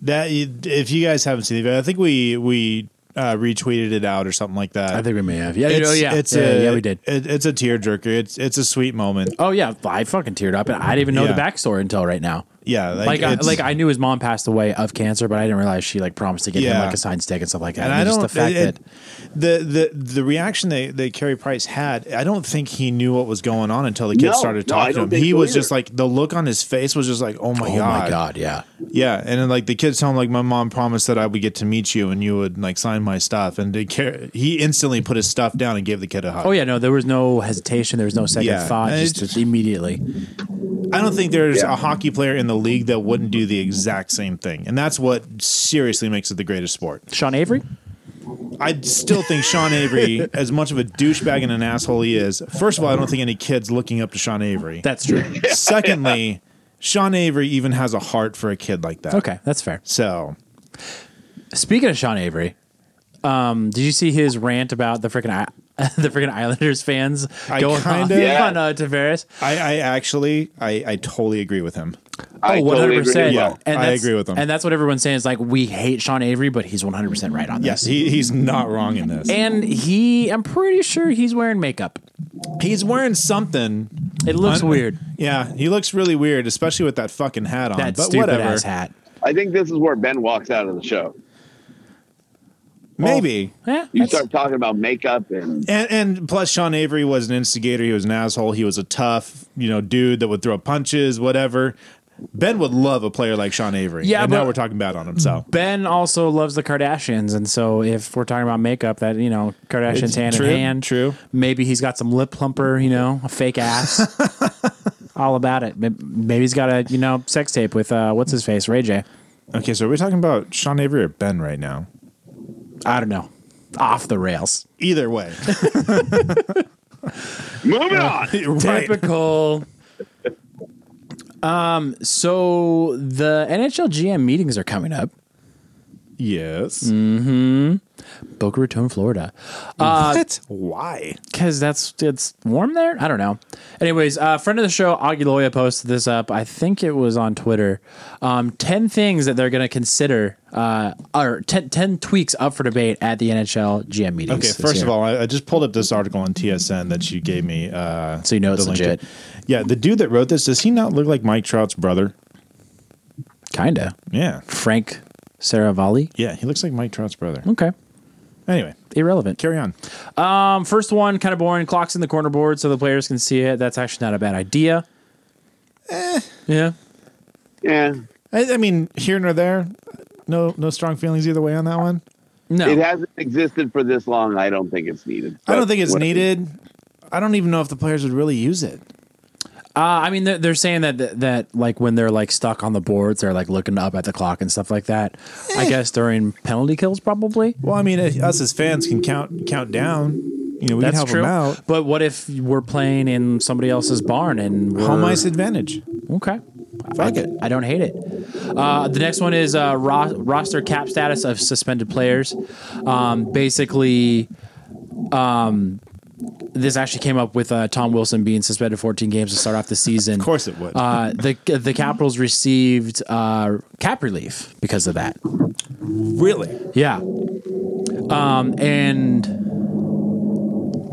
Speaker 2: That if you guys haven't seen it, I think we we uh, retweeted it out or something like that.
Speaker 4: I think we may have. Yeah,
Speaker 2: it's,
Speaker 4: oh, yeah,
Speaker 2: it's
Speaker 4: yeah,
Speaker 2: a,
Speaker 4: yeah, we did.
Speaker 2: It, it's a tearjerker. It's it's a sweet moment.
Speaker 4: Oh yeah, I fucking teared up, and I didn't even know the
Speaker 2: Yeah.
Speaker 4: backstory until right now.
Speaker 2: Yeah,
Speaker 4: Like, I,
Speaker 2: it's-
Speaker 4: like I knew his mom passed away of cancer, but I didn't realize she like promised to get him
Speaker 2: Yeah.
Speaker 4: like a signed stick and stuff like that.
Speaker 2: and I
Speaker 4: just
Speaker 2: don't
Speaker 4: the fact
Speaker 2: it-
Speaker 4: that
Speaker 2: the the the reaction that, that Carey Price had, I don't think he knew what was going on until the kid
Speaker 3: No,
Speaker 2: started
Speaker 3: no, I
Speaker 2: talking
Speaker 3: don't
Speaker 2: to him.
Speaker 3: think
Speaker 2: He
Speaker 3: so
Speaker 2: was
Speaker 3: either.
Speaker 2: just like the look on his face was just like, oh my
Speaker 4: oh
Speaker 2: god,
Speaker 4: my god, yeah,
Speaker 2: yeah. And then like the kid's telling him, like my mom promised that I would get to meet you and you would like sign my stuff, and they care, he instantly put his stuff down and gave the kid a hug.
Speaker 4: oh yeah, no, there was no hesitation, there was no second
Speaker 2: Yeah.
Speaker 4: thought,
Speaker 2: And
Speaker 4: just,
Speaker 2: it's-
Speaker 4: just immediately.
Speaker 2: I don't think there's
Speaker 3: Yeah.
Speaker 2: a hockey player in the league that wouldn't do the exact same thing, and that's what seriously makes it the greatest sport.
Speaker 4: Sean Avery,
Speaker 2: I still think Sean Avery, as much of a douchebag and an asshole he is, first of all, I don't think any kid's looking up to Sean Avery.
Speaker 4: that's true.
Speaker 2: Secondly, Sean Avery even has a heart for a kid like that.
Speaker 4: okay, that's fair.
Speaker 2: So
Speaker 4: Speaking of Sean Avery, um, did you see his rant about the freaking I- the freaking Islanders fans
Speaker 2: I
Speaker 4: going on,
Speaker 2: kinda-
Speaker 3: Yeah.
Speaker 4: on uh, Tavares?
Speaker 2: I, I actually, I, I totally agree with him.
Speaker 3: I totally
Speaker 4: Oh,
Speaker 3: agree
Speaker 4: 100
Speaker 3: with
Speaker 4: percent.
Speaker 3: you.
Speaker 2: Yeah. I
Speaker 4: that's-
Speaker 2: agree with him.
Speaker 4: And that's what everyone's saying is like we hate Sean Avery, but he's one hundred percent right on
Speaker 2: Yes,
Speaker 4: this.
Speaker 2: he, he's not wrong in this.
Speaker 4: and he, I'm pretty sure he's wearing makeup.
Speaker 2: he's wearing something.
Speaker 4: It looks
Speaker 2: Un-
Speaker 4: weird.
Speaker 2: Yeah, he looks really weird, especially with that fucking hat on.
Speaker 4: That
Speaker 2: but
Speaker 4: stupid
Speaker 2: whatever.
Speaker 4: ass hat.
Speaker 3: I think this is where Ben walks out of the show.
Speaker 2: Maybe.
Speaker 4: Yeah,
Speaker 3: You
Speaker 4: that's-
Speaker 3: start talking about makeup and
Speaker 2: And, and plus, Sean Avery was an instigator. He was an asshole. He was a tough, you know, dude that would throw punches, whatever. Ben would love a player like Sean Avery.
Speaker 4: Yeah,
Speaker 2: and now
Speaker 4: but-
Speaker 2: we're talking bad on him. So
Speaker 4: Ben also loves the Kardashians, and so if we're talking about makeup, that you know, Kardashians
Speaker 2: It's
Speaker 4: hand
Speaker 2: true,
Speaker 4: in hand.
Speaker 2: true.
Speaker 4: Maybe he's got some lip plumper, you know, a fake ass. All about it. Maybe- Maybe he's got a you know sex tape with uh, what's his face, Ray J.
Speaker 2: okay, so are we talking about Sean Avery or Ben right now?
Speaker 4: I don't know. Off the rails.
Speaker 2: Either way,
Speaker 3: moving on.
Speaker 2: Uh, right?
Speaker 4: Typical. um. So the NHL GM meetings are coming up.
Speaker 2: Yes.
Speaker 4: Mm. Boca Raton, Florida. Uh,
Speaker 2: What? Why?
Speaker 4: because that's it's warm there. I don't know. Anyways, uh, friend of the show Aguiloya posted this up. I think it was on Twitter. Um, ten things that they're going to consider, uh, or 10, 10 tweaks up for debate at the NHL GM meetings.
Speaker 2: Okay,
Speaker 4: this
Speaker 2: first of
Speaker 4: year.
Speaker 2: all, I, I just pulled up this article on TSN that you gave me. Uh,
Speaker 4: so you know
Speaker 2: the
Speaker 4: it's
Speaker 2: link to-
Speaker 4: legit.
Speaker 2: Yeah, the dude that wrote this does he not look like Mike Trout's brother?
Speaker 4: Kinda
Speaker 2: Yeah,
Speaker 4: Frank Saravalli.
Speaker 2: yeah, he looks like Mike Trout's brother.
Speaker 4: Okay,
Speaker 2: Anyway,
Speaker 4: irrelevant.
Speaker 2: carry on.
Speaker 4: Um, first one, kind of boring. Clocks in the corner board so the players can see it. That's actually not a bad idea.
Speaker 2: Eh.
Speaker 4: Yeah.
Speaker 3: Yeah.
Speaker 2: I, I mean, here nor there, no no strong feelings either way on that one.
Speaker 4: No.
Speaker 3: It hasn't existed for this long. I don't think it's needed.
Speaker 2: I don't think it's
Speaker 3: But-
Speaker 2: needed. I don't even know if the players would really use it.
Speaker 4: Uh, I mean, they're, they're saying that, that that like when they're like stuck on the boards, they're like looking up at the clock and stuff like that.
Speaker 2: Eh.
Speaker 4: I guess during penalty kills, probably.
Speaker 2: Well, I mean, uh, us as fans can count count down. You know, we
Speaker 4: That's
Speaker 2: can help
Speaker 4: true.
Speaker 2: them out.
Speaker 4: But what if we're playing in somebody else's barn and we're,
Speaker 2: Home ice advantage.
Speaker 4: Okay,
Speaker 2: Fuck it.
Speaker 4: I don't hate it. Uh, the next one is uh, ro- roster cap status of suspended players. Um, basically, um, this actually came up with uh, Tom Wilson being suspended 14 games to start off the season.
Speaker 2: Of course it would.
Speaker 4: Uh, the the Capitals received uh, cap relief because of that.
Speaker 2: really,
Speaker 4: Yeah. Um, and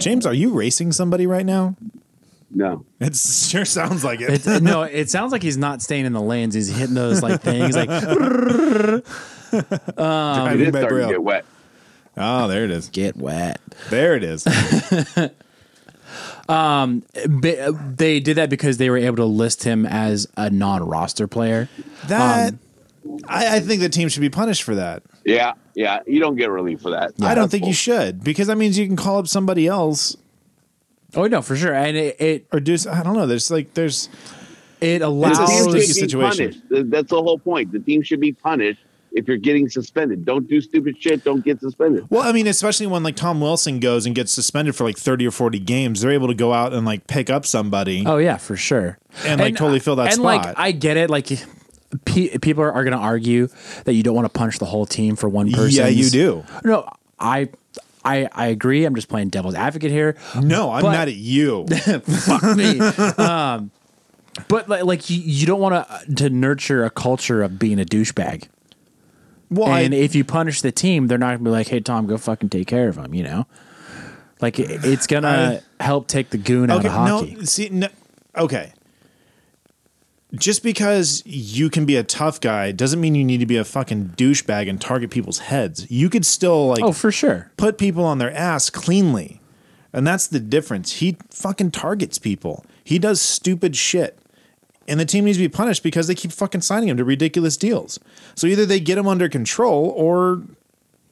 Speaker 2: James, are you racing somebody right now?
Speaker 3: No.
Speaker 2: It sure sounds like it.
Speaker 4: it, no, it sounds like he's not staying in the lanes. He's hitting those like things. Like
Speaker 3: um, It
Speaker 2: Driving
Speaker 3: is starting
Speaker 2: by
Speaker 3: to
Speaker 2: Braille.
Speaker 3: get wet.
Speaker 2: Oh, there it is.
Speaker 4: get wet.
Speaker 2: There it is.
Speaker 4: Ba- They did that because they were able to list him as a non-roster player.
Speaker 2: That
Speaker 4: Um,
Speaker 2: I, I think the team should be punished for that.
Speaker 3: Yeah. Yeah. You don't get relief for that.
Speaker 2: I don't think you should because that means you can call up somebody else
Speaker 4: Oh no, for sure, and it it,
Speaker 2: Or do I don't know. There's like there's
Speaker 4: it
Speaker 3: The
Speaker 4: allows
Speaker 2: It's a
Speaker 3: team
Speaker 2: sticky
Speaker 3: should be
Speaker 2: situation.
Speaker 3: punished. Th- That's the whole point. The team should be punished if you're getting suspended. Don't do stupid shit. Don't get suspended.
Speaker 2: Well, I mean, especially when like Tom Wilson goes and gets suspended for like thirty or forty games, they're able to go out and like pick up somebody.
Speaker 4: Oh yeah, for sure.
Speaker 2: And, like, totally fill that
Speaker 4: and,
Speaker 2: spot.
Speaker 4: like I get it. Like pe- people are, are going to argue that you don't want to punch the whole team for one person.
Speaker 2: yeah, you do.
Speaker 4: No, I I I agree. I'm just playing devil's advocate here.
Speaker 2: No, I'm
Speaker 4: But-
Speaker 2: mad at you.
Speaker 4: Fuck me. Um, but like, like you, you don't want to to nurture a culture of being a douchebag.
Speaker 2: Well, I-
Speaker 4: and if you punish the team, they're not going to be like, "Hey, Tom, go fucking take care of him." You know, like it, it's going to help take the goon out
Speaker 2: okay,
Speaker 4: of hockey.
Speaker 2: no, see, no, okay. Just because you can be a tough guy doesn't mean you need to be a fucking douchebag and target people's heads. You could still like
Speaker 4: oh, for sure.
Speaker 2: put people on their ass cleanly. And that's the difference. He fucking targets people. He does stupid shit. And the team needs to be punished because they keep fucking signing him to ridiculous deals. So either they get him under control or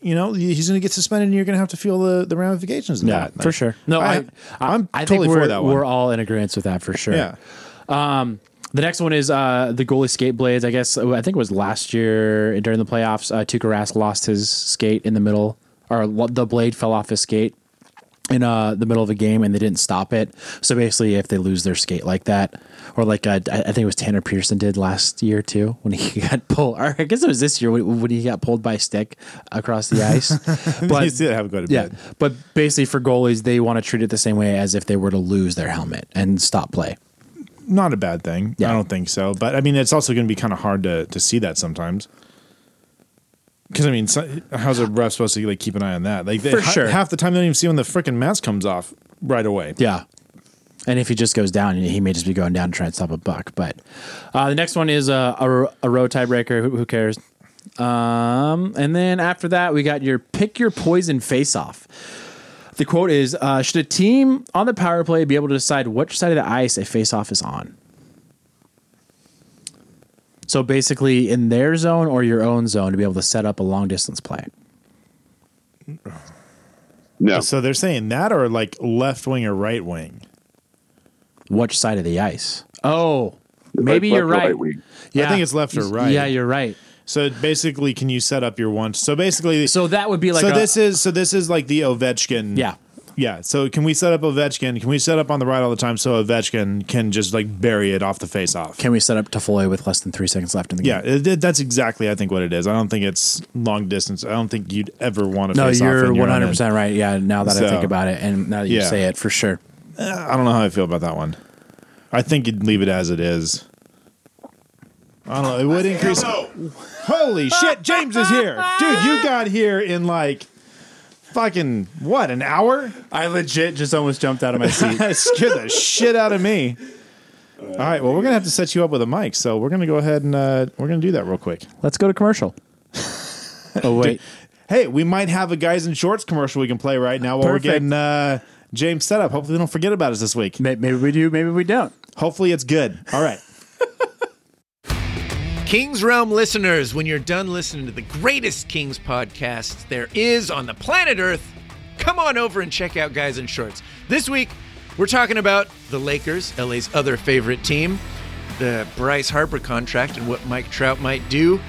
Speaker 2: you know, he's going to get suspended and you're going to have to feel the, the ramifications of
Speaker 4: Yeah,
Speaker 2: that.
Speaker 4: for sure. No, I, I,
Speaker 2: am
Speaker 4: I think
Speaker 2: totally
Speaker 4: we're,
Speaker 2: for that one.
Speaker 4: We're all in agreement with that for sure.
Speaker 2: Yeah.
Speaker 4: The next one is uh, the goalie skate blades. I guess I think it was last year during the playoffs. Uh, Tuukka Rask lost his skate in the middle, or lo- the blade fell off his skate in uh, the middle of a game, and they didn't stop it. So basically, if they lose their skate like that, or like uh, I I think it was Tanner Pearson did last year too when he got pulled. Or I guess it was this year when, when he got pulled by a stick across the ice.
Speaker 2: You still have to go to
Speaker 4: yeah,
Speaker 2: bed.
Speaker 4: but basically for goalies, they want to treat it the same way as if they were to lose their helmet and stop play.
Speaker 2: Not a bad thing.
Speaker 4: Yeah.
Speaker 2: I don't think so. But I mean, it's also going to be kind of hard to, to see that sometimes. Because I mean, so, how's a ref supposed to like keep an eye on that? Like, they,
Speaker 4: For
Speaker 2: ha-
Speaker 4: sure.
Speaker 2: half the time they don't even see when the freaking mask comes off right away.
Speaker 4: Yeah. And if he just goes down, he may just be going down to try and stop a buck. But uh, the next one is uh, a, ro- a row tiebreaker. Who, who cares? Um, and then after that, we got your pick your poison face off. The quote is uh, Should a team on the power play be able to decide which side of the ice a face off is on? So basically, in their zone or your own zone to be able to set up a long distance play.
Speaker 3: No.
Speaker 2: So they're saying that or like left wing or right wing.
Speaker 4: Which side of the ice? Oh, maybe you're
Speaker 3: left or
Speaker 4: right.
Speaker 3: wing.
Speaker 4: Yeah.
Speaker 2: I think it's left or right.
Speaker 4: Yeah, you're right.
Speaker 2: So basically, can you set up your one? So basically, so,
Speaker 4: So that would be like a-
Speaker 2: this is so this is like the Ovechkin.
Speaker 4: yeah.
Speaker 2: yeah. So can we set up Ovechkin? Can we set up on the right all the time so Ovechkin can just like bury it off the face off?
Speaker 4: Can we set up Toffoli with less than three seconds left in the game?
Speaker 2: yeah, it, it- that's exactly I think what it is. I don't think it's long distance. I don't think you'd ever want to.
Speaker 4: No,
Speaker 2: face off
Speaker 4: you're
Speaker 2: in your own
Speaker 4: one
Speaker 2: end.
Speaker 4: hundred percent right. Yeah, now that I think
Speaker 2: So-
Speaker 4: about it, and now that you
Speaker 2: Yeah.
Speaker 4: say it, for sure.
Speaker 2: I don't know how I feel about that one. I think you'd leave it as it is. I don't know. It would increase. Holy shit! James is here, dude. You got here in like fucking what an hour?
Speaker 4: I legit just almost jumped out of my seat.
Speaker 2: That scared the shit out of me. All right. Well, we're gonna have to set you up with a mic, so we're gonna go ahead and uh, we're gonna do that real quick.
Speaker 4: Let's go to commercial. oh wait,
Speaker 2: Hey, we might have a guys in shorts commercial we can play right now while we're
Speaker 4: Perfect.
Speaker 2: getting uh, James set up. Hopefully, they don't forget about us this week.
Speaker 4: May- maybe we do, maybe we don't.
Speaker 2: Hopefully, it's good. All right.
Speaker 8: King's Realm listeners, when you're done listening to the greatest Kings podcasts there is on the planet Earth, come on over and check out Guys in Shorts. This week, we're talking about the Lakers, LA's other favorite team, the Bryce Harper contract and what Mike Trout might do,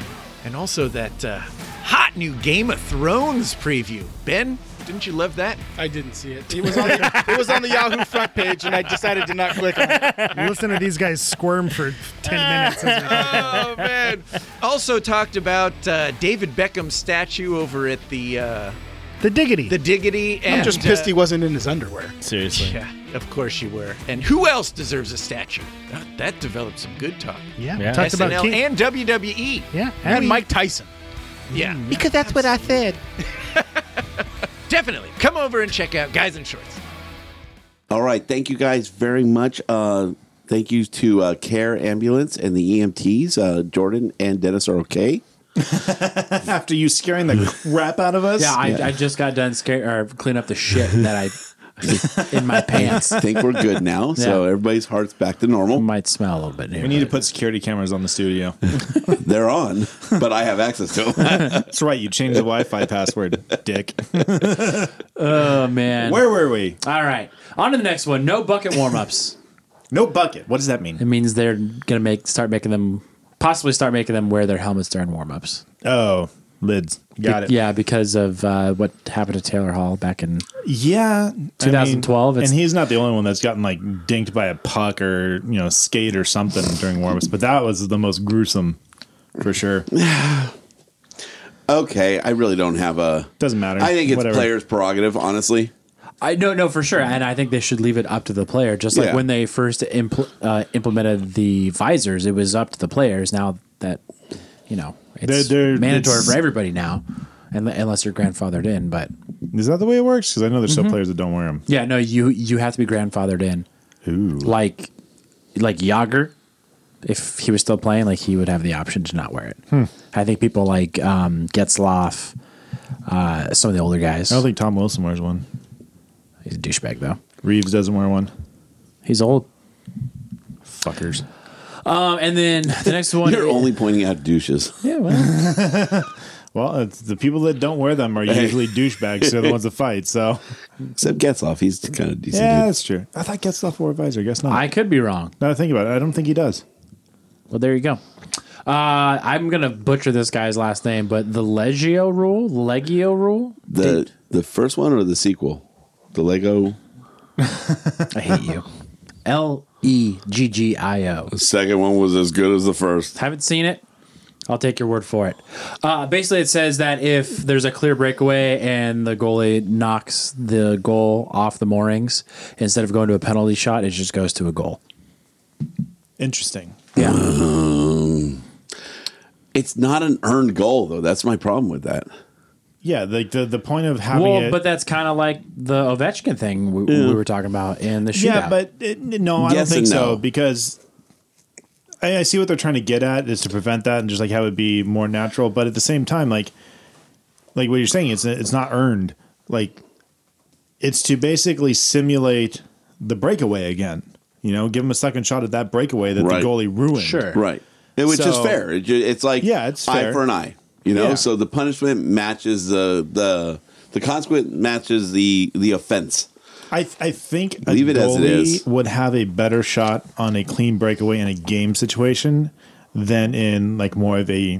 Speaker 8: and also that uh, hot new Game of Thrones preview. Ben, didn't you love that?
Speaker 9: I didn't see it. It was on the, it was on the Yahoo front page, and I decided to not click on it.
Speaker 10: Listen to these guys squirm for 10 minutes. as we talk.
Speaker 8: oh man! Also talked about uh, David Beckham's statue over at the uh,
Speaker 10: The diggity.
Speaker 8: the Diggity. And,
Speaker 9: I'm just
Speaker 8: uh,
Speaker 9: pissed he wasn't in his underwear.
Speaker 2: Seriously.
Speaker 8: Yeah, of course you were. And who else deserves a statue? God, that developed some good talk.
Speaker 10: yeah.
Speaker 4: Yeah.
Speaker 10: Talked
Speaker 8: SNL
Speaker 10: about King.
Speaker 8: and WWE.
Speaker 10: yeah.
Speaker 9: And Mike Tyson.
Speaker 8: Yeah,
Speaker 10: Because that's what I said.
Speaker 8: definitely. Come over and check out Guys in Shorts.
Speaker 3: All right. Thank you guys very much. Uh, thank you to uh, Care Ambulance and the EMTs. Uh, Jordan and Dennis are okay.
Speaker 2: After you scaring the crap out of us.
Speaker 4: Yeah, I, I just got done scare or clean up the shit that I in my pants.
Speaker 6: I think we're good now. So everybody's heart's back to normal.
Speaker 4: Might smell a little bit
Speaker 2: We need to put security cameras on the studio.
Speaker 6: They're on, but I have access to them.
Speaker 2: That's right. You changed the Wi-Fi password, dick.
Speaker 4: oh man,
Speaker 2: Where were we?
Speaker 4: All right, on to the next one. No bucket warm ups.
Speaker 2: no bucket. What does that mean?
Speaker 4: It means they're gonna make start making them possibly start making them wear their helmets during warm ups.
Speaker 2: Oh, lids. Got it.
Speaker 4: Yeah, because of uh, what happened to Taylor Hall back in.
Speaker 2: Yeah, I mean,
Speaker 4: 2012, it's-
Speaker 2: and he's not the only one that's gotten like dinked by a puck or you know skate or something during warmups. But that was the most gruesome, for sure.
Speaker 6: okay, I really don't have a.
Speaker 2: Doesn't matter.
Speaker 6: I think it's
Speaker 4: Whatever.
Speaker 6: players' prerogative, honestly.
Speaker 4: I no no for sure, and I think they should leave it up to the player. Just like
Speaker 6: Yeah.
Speaker 4: when they first impl- uh, implemented the visors, it was up to the players. Now that you know it's
Speaker 2: They're- they're-
Speaker 4: mandatory
Speaker 2: it's-
Speaker 4: for everybody now, and, unless you're grandfathered in. But
Speaker 2: Is that the way it works? Because I know there's
Speaker 4: Mhm.
Speaker 2: still players that don't wear them.
Speaker 4: yeah, no, you you have to be grandfathered in. Like like Yager, if he was still playing, like he would have the option to not wear it.
Speaker 2: Hmm.
Speaker 4: I think people like um, Getzloff, uh, some of the older guys.
Speaker 2: I don't think Tom Wilson wears one.
Speaker 4: He's a douchebag though.
Speaker 2: Reeves doesn't wear one.
Speaker 4: He's old.
Speaker 2: Fuckers.
Speaker 4: Um, and then the next one.
Speaker 6: You're only pointing out douches.
Speaker 4: Yeah, well.
Speaker 2: well, it's the people that don't wear them are usually douchebags. They're the ones that fight. So
Speaker 6: Except Getzloff, he's kind of decent.
Speaker 2: yeah,
Speaker 6: dude.
Speaker 2: that's true. I thought Getzloff wore a visor. I guess not.
Speaker 4: I could be wrong.
Speaker 2: Now that I think about it, I don't think he does.
Speaker 4: Well, there you go. Uh, I'm gonna butcher this guy's last name, but the Legio rule, Legio rule.
Speaker 6: The the first one or the sequel? The Lego.
Speaker 4: I hate you. L E G G I O.
Speaker 6: The second one was as good as the first.
Speaker 4: Haven't seen it. I'll take your word for it. Uh, basically, it says that if there's a clear breakaway and the goalie knocks the goal off the moorings, instead of going to a penalty shot, it just goes to a goal.
Speaker 2: Interesting.
Speaker 4: Yeah.
Speaker 6: Um, it's not an earned goal though. That's my problem with that.
Speaker 2: Yeah, like the, the point of having
Speaker 4: well,
Speaker 2: it.
Speaker 4: but that's kind of like the Ovechkin thing we,
Speaker 2: Yeah.
Speaker 4: we were talking about in the shootout.
Speaker 2: yeah, but it, no, I
Speaker 4: Yes
Speaker 2: don't think
Speaker 4: and
Speaker 2: so
Speaker 4: no.
Speaker 2: because I, I see what they're trying to get at is to prevent that and just like have it be more natural. But at the same time, like like what you're saying, it's it's not earned. Like it's to basically simulate the breakaway again. You know, give them a second shot at that breakaway that
Speaker 6: Right.
Speaker 2: the goalie ruined.
Speaker 6: Right. And Which is
Speaker 2: So-
Speaker 6: fair. It ju- it's like
Speaker 2: Yeah, it's
Speaker 6: eye
Speaker 2: fair.
Speaker 6: for an eye. You know,
Speaker 2: Yeah.
Speaker 6: so the punishment matches the the the consequence matches the the offense.
Speaker 2: I th- I think a
Speaker 6: Leave it as it
Speaker 2: goalie
Speaker 6: is.
Speaker 2: would have a better shot on a clean breakaway in a game situation than in like more of a,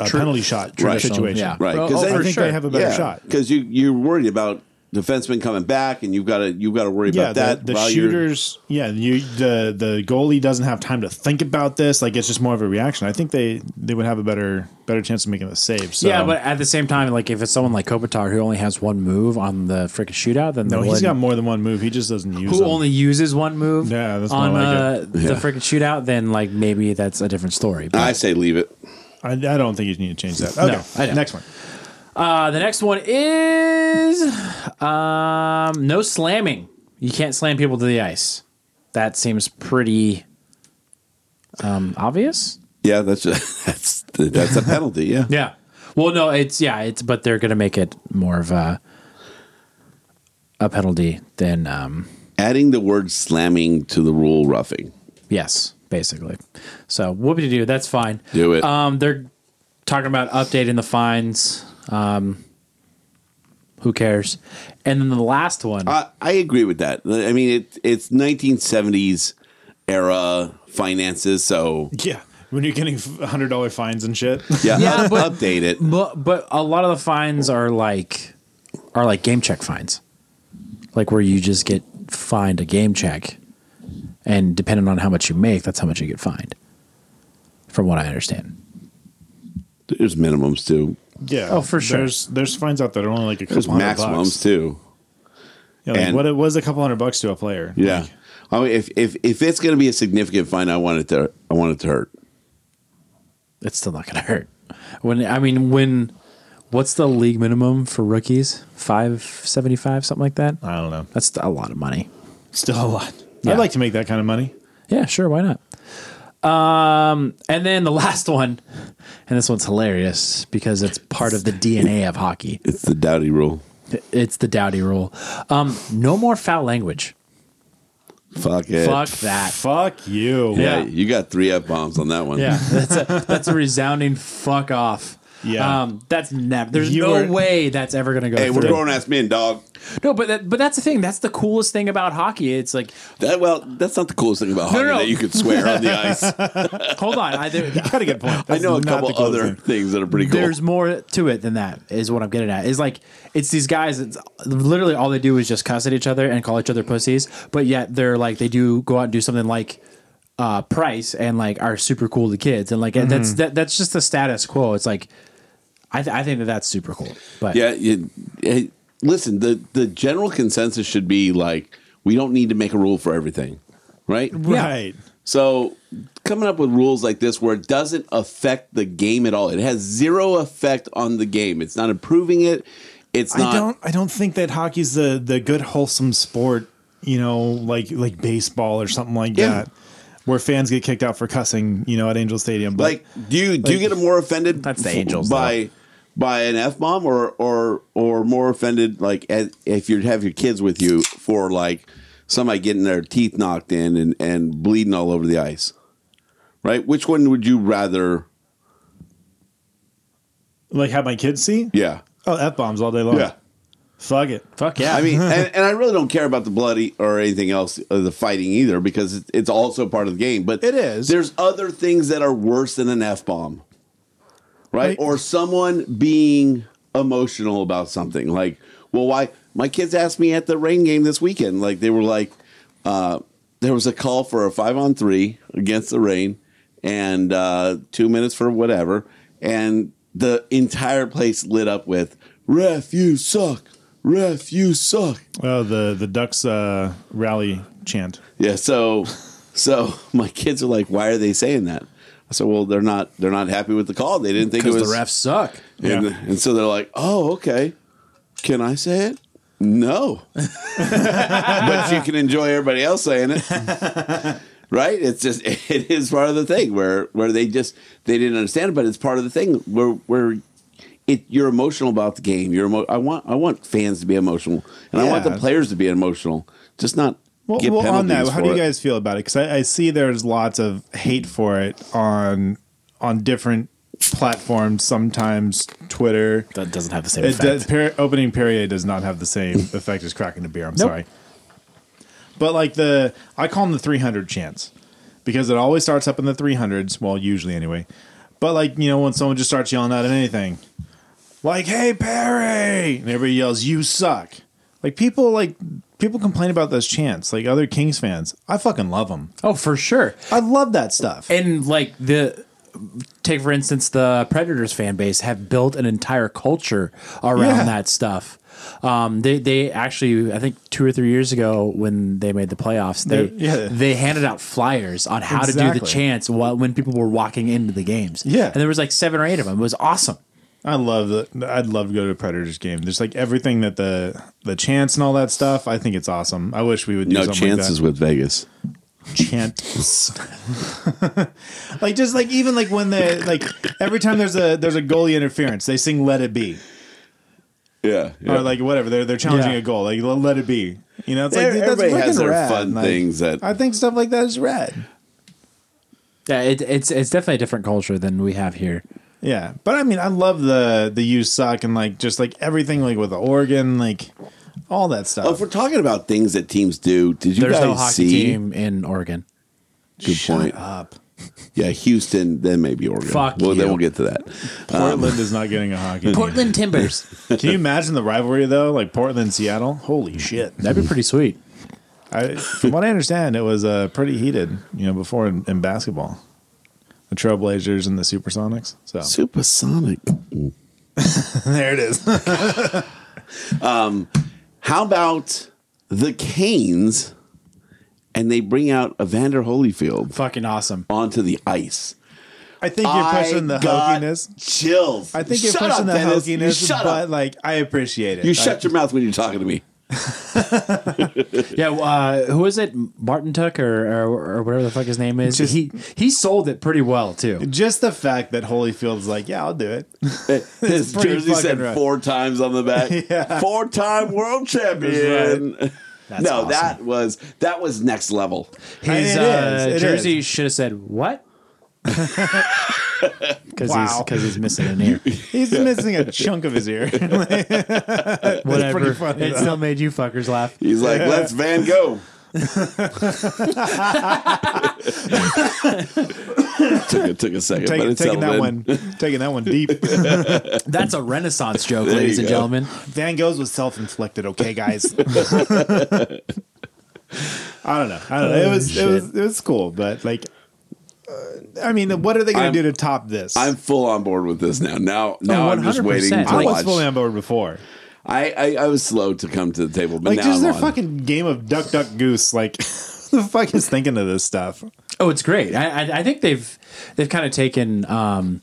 Speaker 2: a
Speaker 6: True.
Speaker 2: penalty shot
Speaker 6: Right.
Speaker 2: situation.
Speaker 6: Right.
Speaker 4: oh,
Speaker 2: Because I think they have a better shot.
Speaker 6: Because you you're worried about defensemen coming back, and you've got to you've got to worry
Speaker 2: Yeah,
Speaker 6: about that.
Speaker 2: the, the
Speaker 6: while you're-
Speaker 2: shooters. Yeah, you the the goalie doesn't have time to think about this. Like it's just more of a reaction. I think they they would have a better better chance of making the save. So.
Speaker 4: Yeah, but at the same time, like if it's someone like Kopitar who only has one move on the freaking shootout, then
Speaker 2: no,
Speaker 4: the
Speaker 2: he's
Speaker 4: one
Speaker 2: got more than one move. He just doesn't use.
Speaker 4: who
Speaker 2: them.
Speaker 4: only uses one move
Speaker 2: Yeah, that's not
Speaker 4: on
Speaker 2: like
Speaker 4: uh,
Speaker 2: it.
Speaker 4: the
Speaker 2: Yeah.
Speaker 4: freaking shootout, then like maybe that's a different story. But
Speaker 6: I say leave it.
Speaker 2: I, I don't think you need to change that.
Speaker 4: No,
Speaker 2: Okay,
Speaker 4: I don't.
Speaker 2: next one.
Speaker 4: uh, the next one is um, no slamming. You can't slam people to the ice. That seems pretty um, obvious.
Speaker 6: Yeah, that's that's that's a penalty. Yeah.
Speaker 4: Yeah. Well, no, it's yeah, it's but they're gonna make it more of a a penalty than um,
Speaker 6: Adding the word slamming to the rule roughing.
Speaker 4: Yes, basically. So whoopity do, that's fine.
Speaker 6: Do it.
Speaker 4: Um, they're talking about updating the fines. Um, who cares? And then the last one.
Speaker 6: I, I agree with that. I mean, it, it's 1970s era finances, so
Speaker 2: Yeah, when you're getting hundred dollar fines and shit.
Speaker 6: yeah, update it.
Speaker 4: but but a lot of the fines are like are like game check fines, like where you just get fined a game check, and depending on how much you make, that's how much you get fined. From what I understand,
Speaker 6: There's minimums too.
Speaker 2: Yeah.
Speaker 4: Oh, for sure.
Speaker 2: There's there's fines out there that are only like a couple
Speaker 6: There's
Speaker 2: hundred
Speaker 6: maximums
Speaker 2: bucks.
Speaker 6: too.
Speaker 2: Yeah, like
Speaker 6: And-
Speaker 2: what it was a couple hundred bucks to a player.
Speaker 6: Yeah. I mean, if if if it's going to be a significant fine, I want it to I want it to hurt.
Speaker 4: it's still not going to hurt. When I mean when. What's the league minimum for rookies? Five seventy five, something like that.
Speaker 2: I don't know.
Speaker 4: That's a lot of money.
Speaker 2: Still a lot. I'd like to make that kind of money.
Speaker 4: Yeah, sure. Why not? Um, and then the last one, and this one's hilarious because it's part of the DNA of hockey.
Speaker 6: It's the Dowdy rule.
Speaker 4: It's the Dowdy rule. Um, no more foul language.
Speaker 6: Fuck it.
Speaker 4: Fuck that.
Speaker 2: Fuck you.
Speaker 6: Yeah, you got three F bombs on that one.
Speaker 4: Yeah, that's a that's a resounding fuck off.
Speaker 6: Yeah.
Speaker 4: um, that's never. There's
Speaker 6: You
Speaker 4: no
Speaker 6: were-
Speaker 4: way that's ever gonna go.
Speaker 6: Hey, we're
Speaker 4: through.
Speaker 6: grown ass men, dog.
Speaker 4: No, but that, but that's the thing. That's the coolest thing about hockey. It's like
Speaker 6: that. Well, that's not the coolest thing about hockey that you could swear on the ice.
Speaker 4: Hold on, I, there,
Speaker 2: got a good point.
Speaker 6: I know a couple other things that are pretty cool.
Speaker 4: There's more to it than that. Is what I'm getting at. Is like it's these guys. It's literally all they do is just cuss at each other and call each other pussies. But yet they're like they do go out and do something like uh, Price and like are super cool to kids and like
Speaker 6: Mhm.
Speaker 4: that's that, that's just the status quo. It's like I th- I think that that's super cool. But
Speaker 6: yeah, you, hey, listen. The the general consensus should be like we don't need to make a rule for everything, right?
Speaker 2: Right.
Speaker 6: So coming up with rules like this where it doesn't affect the game at all. It has zero effect on the game. It's not improving it. It's not.
Speaker 2: I don't. I don't think that hockey's the the good wholesome sport. You know, like like baseball or something like
Speaker 6: Yeah.
Speaker 2: that, where fans get kicked out for cussing. You know, at Angel Stadium. But
Speaker 6: like do you do you
Speaker 2: like-
Speaker 6: get more offended that's
Speaker 2: the Angels,
Speaker 6: by
Speaker 2: though.
Speaker 6: by an f bomb or or or more offended like at, if you have your kids with you for like somebody getting their teeth knocked in and and bleeding all over the ice right which one would you rather
Speaker 2: like have my kids see?
Speaker 6: yeah
Speaker 2: Oh, f bombs all day long.
Speaker 6: Yeah.
Speaker 2: Fuck it.
Speaker 4: Fuck
Speaker 6: I mean, and, and I really don't care about the bloody or anything else, uh, the fighting either, because it's- it's also part of the game. But it is. There's other things that are worse than an f bomb, right? Or someone being emotional about something. Like, well, why? My kids asked me at the rain game this weekend. Like, they were like, uh, there was a call for a five on three against the rain, and uh, two minutes for whatever, and the entire place lit up with "Ref, you suck." Ref, you suck.
Speaker 2: Oh, the the Ducks uh, rally chant.
Speaker 6: Yeah, so so my kids are like, why are they saying that? I said, well, they're not they're not happy with the call. They didn't think it
Speaker 4: 'Cause the
Speaker 6: was
Speaker 4: refs suck.
Speaker 6: And,
Speaker 4: Yeah.
Speaker 6: and so they're like, oh, okay. Can I say it? No, but you can enjoy everybody else saying it, right? It's just it is part of the thing where where they just they didn't understand it, but it's part of the thing where where it you're emotional about the game. You're emo- I want I want fans to be emotional, and I want the
Speaker 2: Yeah.
Speaker 6: players to be emotional, just not
Speaker 2: Well,
Speaker 6: get
Speaker 2: well
Speaker 6: penalties
Speaker 2: on that, how
Speaker 6: for
Speaker 2: do you
Speaker 6: it.
Speaker 2: guys feel about it? Because I, I see there's lots of hate for it on on different platforms. Sometimes Twitter
Speaker 4: that doesn't have the same
Speaker 2: It does,
Speaker 4: effect.
Speaker 2: per, opening Perrier does not have the same effect as cracking a beer. I'm
Speaker 4: Nope.
Speaker 2: sorry, but like the I call them the 300 chance because it always starts up in the 300s. Well, usually anyway. But like you know, when someone just starts yelling out at anything, like "Hey Perry," and everybody yells "You suck." Like people like people complain about those chants. Like other Kings fans, I fucking love them.
Speaker 4: Oh, for sure,
Speaker 2: I love that stuff.
Speaker 4: And like the take for instance the Predators fan base have built an entire culture around
Speaker 2: Yeah.
Speaker 4: that stuff. Um, they they actually I think two or three years ago when they made the playoffs they
Speaker 2: They're- yeah.
Speaker 4: they handed out flyers on how to do the
Speaker 2: Exactly.
Speaker 4: chants while, when people were walking into the games.
Speaker 2: Yeah.
Speaker 4: and there was like seven or eight of them. It was awesome.
Speaker 2: I love the. I'd love to go to a Predators game. There's like everything that the the chants and all that stuff. I think it's awesome. I wish we would do
Speaker 6: no
Speaker 2: something like that.
Speaker 6: chances with Vegas.
Speaker 2: chants. like just like even like when they like every time there's a there's a goalie interference, they sing "Let It Be"
Speaker 6: Yeah,
Speaker 2: or like whatever. They're they're challenging
Speaker 6: Yeah.
Speaker 2: a goal. Like "Let- "Let It Be." You know, it's
Speaker 6: There-
Speaker 2: like dude, that's
Speaker 6: everybody has
Speaker 2: freaking
Speaker 6: their
Speaker 2: rad.
Speaker 6: fun
Speaker 2: Like,
Speaker 6: things that
Speaker 2: I think stuff like that is rad.
Speaker 4: Yeah, it, it's it's definitely a different culture than we have here.
Speaker 2: Yeah, but I mean, I love the the you suck and like just like everything like with the organ, like all that stuff.
Speaker 6: Oh, if we're talking about things that teams do, did you
Speaker 4: There's
Speaker 6: guys
Speaker 4: no hockey
Speaker 6: see?
Speaker 4: team in Oregon.
Speaker 6: Good point.
Speaker 4: up.
Speaker 6: Yeah, Houston, then maybe Oregon.
Speaker 4: Fuck
Speaker 6: well,
Speaker 4: you.
Speaker 6: then we'll get to that.
Speaker 2: Portland is not getting a hockey. team.
Speaker 4: Portland Timbers.
Speaker 2: Can you imagine the rivalry though? Like Portland, Seattle. Holy shit,
Speaker 4: that'd
Speaker 6: Mm-hmm.
Speaker 4: be pretty sweet.
Speaker 2: I, from what I understand, it was uh, pretty heated. You know, before in, in basketball, the Trailblazers and the Supersonics. So
Speaker 6: Supersonic.
Speaker 2: there it is.
Speaker 6: Um, how about the Canes? And they bring out Evander Holyfield,
Speaker 4: fucking awesome,
Speaker 6: onto the ice.
Speaker 2: I think you're
Speaker 6: I
Speaker 2: pushing the
Speaker 6: got
Speaker 2: hokiness.
Speaker 6: Chills.
Speaker 2: I think you're
Speaker 6: Shut
Speaker 2: pushing
Speaker 6: up,
Speaker 2: the
Speaker 6: Dennis. You
Speaker 2: hokiness,
Speaker 6: shut
Speaker 2: but
Speaker 6: up.
Speaker 2: like I appreciate it.
Speaker 6: You
Speaker 2: I-
Speaker 6: shut your mouth when you're talking to me.
Speaker 4: yeah, uh, who is it? Martin Tuck or, or or whatever the fuck his name is.
Speaker 2: Just-
Speaker 4: he he sold it pretty well too.
Speaker 2: Just the fact that Holyfield's like, yeah, I'll do it.
Speaker 6: His
Speaker 2: pretty
Speaker 6: jersey
Speaker 2: fucking
Speaker 6: said
Speaker 2: rough.
Speaker 6: four times on the back.
Speaker 2: Yeah.
Speaker 6: Four time world champion.
Speaker 4: That's
Speaker 6: no,
Speaker 4: awesome.
Speaker 6: that was that was next level.
Speaker 4: His uh, jersey should have said what? Because
Speaker 2: Wow.
Speaker 4: he's, 'cause he's missing an ear.
Speaker 2: He's missing a chunk of his ear. That's
Speaker 4: Whatever.
Speaker 2: pretty funny,
Speaker 4: it
Speaker 2: though.
Speaker 4: still made you fuckers laugh.
Speaker 6: He's like, let's Van Gogh. took, a, took a second. but it
Speaker 2: Take, taking
Speaker 6: settled
Speaker 2: that
Speaker 6: in.
Speaker 2: one, taking that one deep.
Speaker 4: That's a Renaissance joke,
Speaker 6: There you
Speaker 4: ladies and
Speaker 6: go.
Speaker 4: gentlemen.
Speaker 2: Van Gogh's was self-inflicted. Okay, guys. I don't know. I don't know. It
Speaker 6: Oh,
Speaker 2: was it
Speaker 6: shit.
Speaker 2: was it was cool, but like, uh, I mean, what are they going
Speaker 6: I'm-
Speaker 2: to do to top this?
Speaker 6: I'm full on board with this now.
Speaker 2: Oh,
Speaker 6: Now, now I'm just waiting to
Speaker 2: I was
Speaker 6: watch.
Speaker 2: fully on board before.
Speaker 6: I, I I was slow to come to the table, but
Speaker 2: Like,
Speaker 6: now
Speaker 2: just
Speaker 6: I'm
Speaker 2: their
Speaker 6: on.
Speaker 2: fucking game of duck, duck, goose. Like, who the fuck is thinking of this stuff?
Speaker 4: Oh, it's great. I, I, I think they've they've kind of taken um,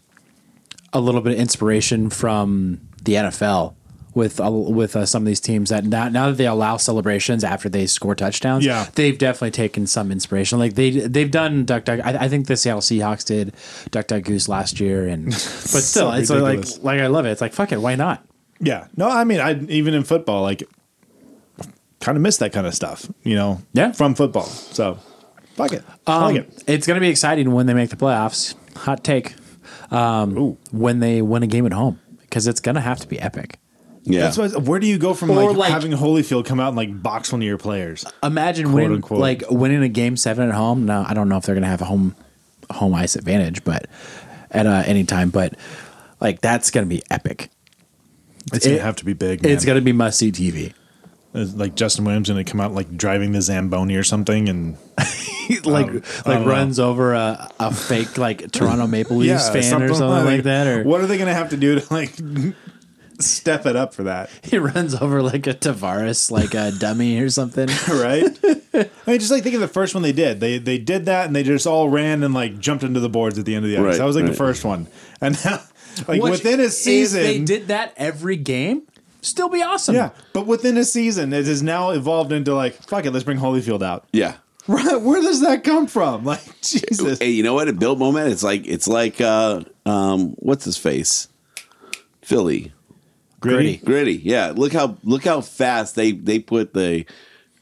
Speaker 4: a little bit of inspiration from the NFL with uh, with uh, some of these teams that now, now that they allow celebrations after they score touchdowns.
Speaker 2: Yeah.
Speaker 4: they've definitely taken some inspiration. Like they they've done duck duck. I, I think the Seattle Seahawks did duck duck goose last year, and but still, it's
Speaker 2: ridiculous.
Speaker 4: like like I love it. It's like fuck it, why not?
Speaker 2: Yeah. No, I mean, I even in football, like, kind of miss that kind of stuff. You know.
Speaker 4: Yeah.
Speaker 2: From football, so fuck it.
Speaker 4: Um,
Speaker 2: Fuck it.
Speaker 4: It's going to be exciting when they make the playoffs. Hot take. Um, when they win a game at home, because it's going to have to be epic.
Speaker 2: That's what, where do you go from
Speaker 4: Or,
Speaker 2: like,
Speaker 4: like-
Speaker 2: having Holyfield come out and like box one of your players?
Speaker 4: Imagine
Speaker 2: Quote,
Speaker 4: winning,
Speaker 2: unquote.
Speaker 4: like winning a game seven at home. Now I don't know if they're going to have a home home ice advantage, but at uh, any time, but like that's going to be epic.
Speaker 2: It's gonna
Speaker 4: It-
Speaker 2: have to be big.
Speaker 4: It's going to be must see TV.
Speaker 2: gonna like Justin Williams gonna come out like driving the Zamboni or something, and Um,
Speaker 4: like
Speaker 2: I
Speaker 4: like
Speaker 2: don't know.
Speaker 4: runs over a, a fake like Toronto Maple Leafs fan or something like, that, or
Speaker 2: what are they gonna have to do to like step it up for that?
Speaker 4: he runs over like a Tavares like a dummy or something.
Speaker 2: right? I mean, just like think of the first one they did. They they did that and they just all ran and like jumped into the boards at the end of the ice.
Speaker 6: Right,
Speaker 2: that was like the
Speaker 6: right.
Speaker 2: first one, and now like
Speaker 4: Which,
Speaker 2: within a
Speaker 4: if
Speaker 2: season,
Speaker 4: they did that every game. Still be awesome.
Speaker 2: yeah. But within a season, it has now evolved into like fuck it, let's bring Holyfield out.
Speaker 6: Yeah.
Speaker 2: Right? Where does that come from? Like Jesus,
Speaker 6: Hey, you know what? It built moment. It's like it's like uh, um, what's his face? Philly.
Speaker 2: Gritty.
Speaker 6: Gritty. Yeah. Look how look how fast they they put the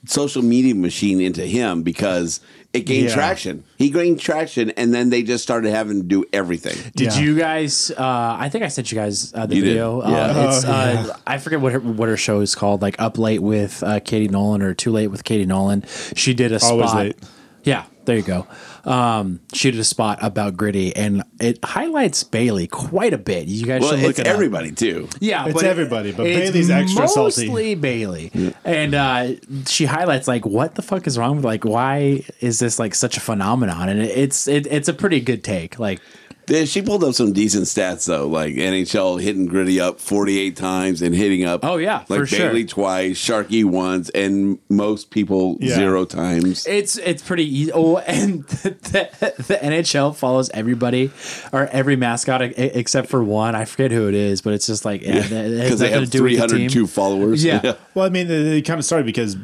Speaker 6: social media machine into him because it gained
Speaker 4: Yeah.
Speaker 6: traction. He gained traction, and then they just started having to do everything.
Speaker 4: Did you guys? Uh, I think I sent you guys uh, the
Speaker 6: You did.
Speaker 4: video.
Speaker 6: Yeah.
Speaker 4: Uh, it's,
Speaker 6: Oh,
Speaker 4: uh, I forget what her, what her show is called. Like up late with uh, Katie Nolan or too late with Katie Nolan. She did a
Speaker 2: Always
Speaker 4: spot.
Speaker 2: late.
Speaker 4: Yeah, there you go. Um, she did a spot about gritty, and it highlights Bailey quite a bit. You guys
Speaker 6: Well,
Speaker 4: should look
Speaker 6: it's
Speaker 4: at
Speaker 6: everybody too.
Speaker 4: Yeah,
Speaker 2: It's
Speaker 4: it-
Speaker 2: everybody, but
Speaker 4: it's
Speaker 2: Bailey's extra salty.
Speaker 4: Mostly Bailey, and uh, she highlights like what the fuck is wrong with like why is this like such a phenomenon? And it, it's it, it's a pretty good take. Like
Speaker 6: Yeah, she pulled up some decent stats though, like NHL hitting Gritty up 48 times and hitting up.
Speaker 4: Oh, yeah,
Speaker 6: like
Speaker 4: for sure.
Speaker 6: Bailey twice, Sharky once, and most people
Speaker 4: Yeah.
Speaker 6: zero times.
Speaker 4: It's it's pretty easy. Oh, and the, the, the NHL follows everybody or every mascot e- except for one. I forget who it is, but it's just like yeah,
Speaker 6: because they have 302 followers.
Speaker 4: Yeah.
Speaker 2: Well, I mean, it, it kind of started because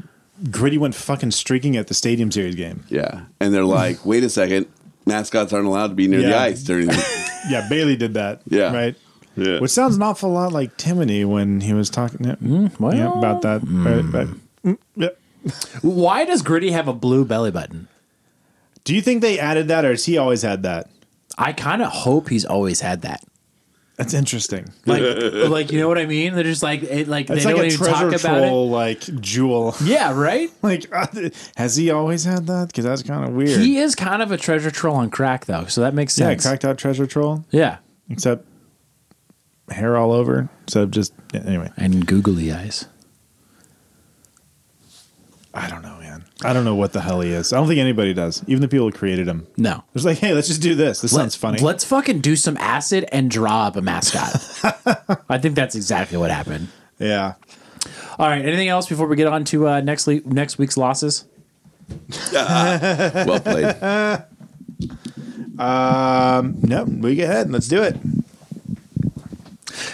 Speaker 2: Gritty went fucking streaking at the Stadium Series game.
Speaker 6: yeah, and they're like, wait a second, mascots aren't allowed to be near the
Speaker 2: Yeah.
Speaker 6: ice during. The-
Speaker 2: Yeah, Bailey did that.
Speaker 6: Yeah.
Speaker 2: Right?
Speaker 6: yeah,
Speaker 2: Which sounds an awful lot like Timony when he was talking yeah,
Speaker 4: Mm,
Speaker 2: yeah, about that. Right, Mm, right.
Speaker 4: Why does Gritty have a blue belly button?
Speaker 2: Do you think they added that or has he always had that?
Speaker 4: I kind of hope he's always had that.
Speaker 2: That's interesting.
Speaker 4: Like, like you know what I mean? They're just like it, like
Speaker 2: That's
Speaker 4: they
Speaker 2: like
Speaker 4: don't
Speaker 2: a
Speaker 4: even talk
Speaker 2: treasure
Speaker 4: about
Speaker 2: troll, like jewel.
Speaker 4: it. Yeah, right.
Speaker 2: Like, uh, has he always had that? Because that's kind of weird.
Speaker 4: He is kind of a treasure troll on crack though, so that makes
Speaker 2: yeah,
Speaker 4: sense.
Speaker 2: cracked out treasure troll,
Speaker 4: yeah.
Speaker 2: except hair all over. So just yeah, anyway,
Speaker 4: and googly eyes.
Speaker 2: I don't know, man. I don't know what the hell he is. I don't think anybody does. Even the people who created him.
Speaker 4: No.
Speaker 2: It's like, hey, let's just do this. This sounds funny.
Speaker 4: Let's fucking do some acid and draw up a mascot. I think that's exactly what happened.
Speaker 2: Yeah.
Speaker 4: All right. Anything else before we get on to uh, next le- next week's losses?
Speaker 6: ah, well played.
Speaker 2: Um, no, we go ahead and let's do it.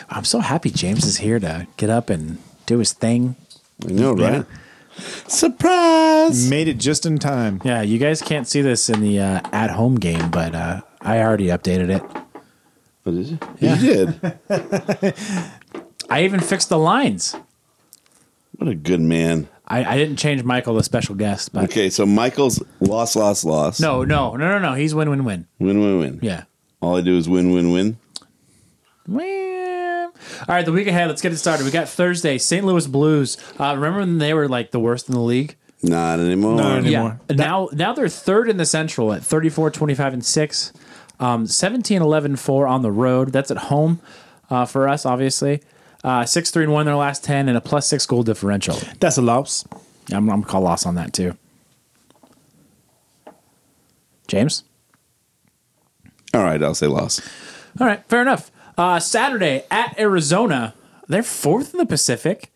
Speaker 4: I'm so happy James is here to get up and do his thing.
Speaker 6: I know, right?
Speaker 4: Surprise! Made it just in time. Yeah, you guys can't see this in the uh, at home game, but uh, I already updated it.
Speaker 6: What is it?
Speaker 4: Yeah.
Speaker 6: You did.
Speaker 4: I even fixed the lines.
Speaker 6: What a good man.
Speaker 4: I, I didn't change Michael the special guest, but
Speaker 6: Okay, so Michael's loss, loss, loss.
Speaker 4: no, no, no, no, no. He's win, win, win.
Speaker 6: Win, win, win.
Speaker 4: Yeah.
Speaker 6: All I do is win, win, win.
Speaker 4: All right, the week ahead. Let's get it started. We got Thursday, St. Louis Blues. Uh, remember when they were like the worst in the league?
Speaker 6: Not anymore.
Speaker 4: Yeah. Now, now they're third in the Central at 34, 25, and 6. Um, 17, 11, 4 on the road. That's at home uh, for us, obviously. Uh, 6, 3, and 1 in their last 10, and a plus 6 goal differential. That's a loss. I'm, I'm going to call loss on that, too. James?
Speaker 6: All right, I'll say loss.
Speaker 4: All right, fair enough. Uh, Saturday at Arizona, they're fourth in the Pacific.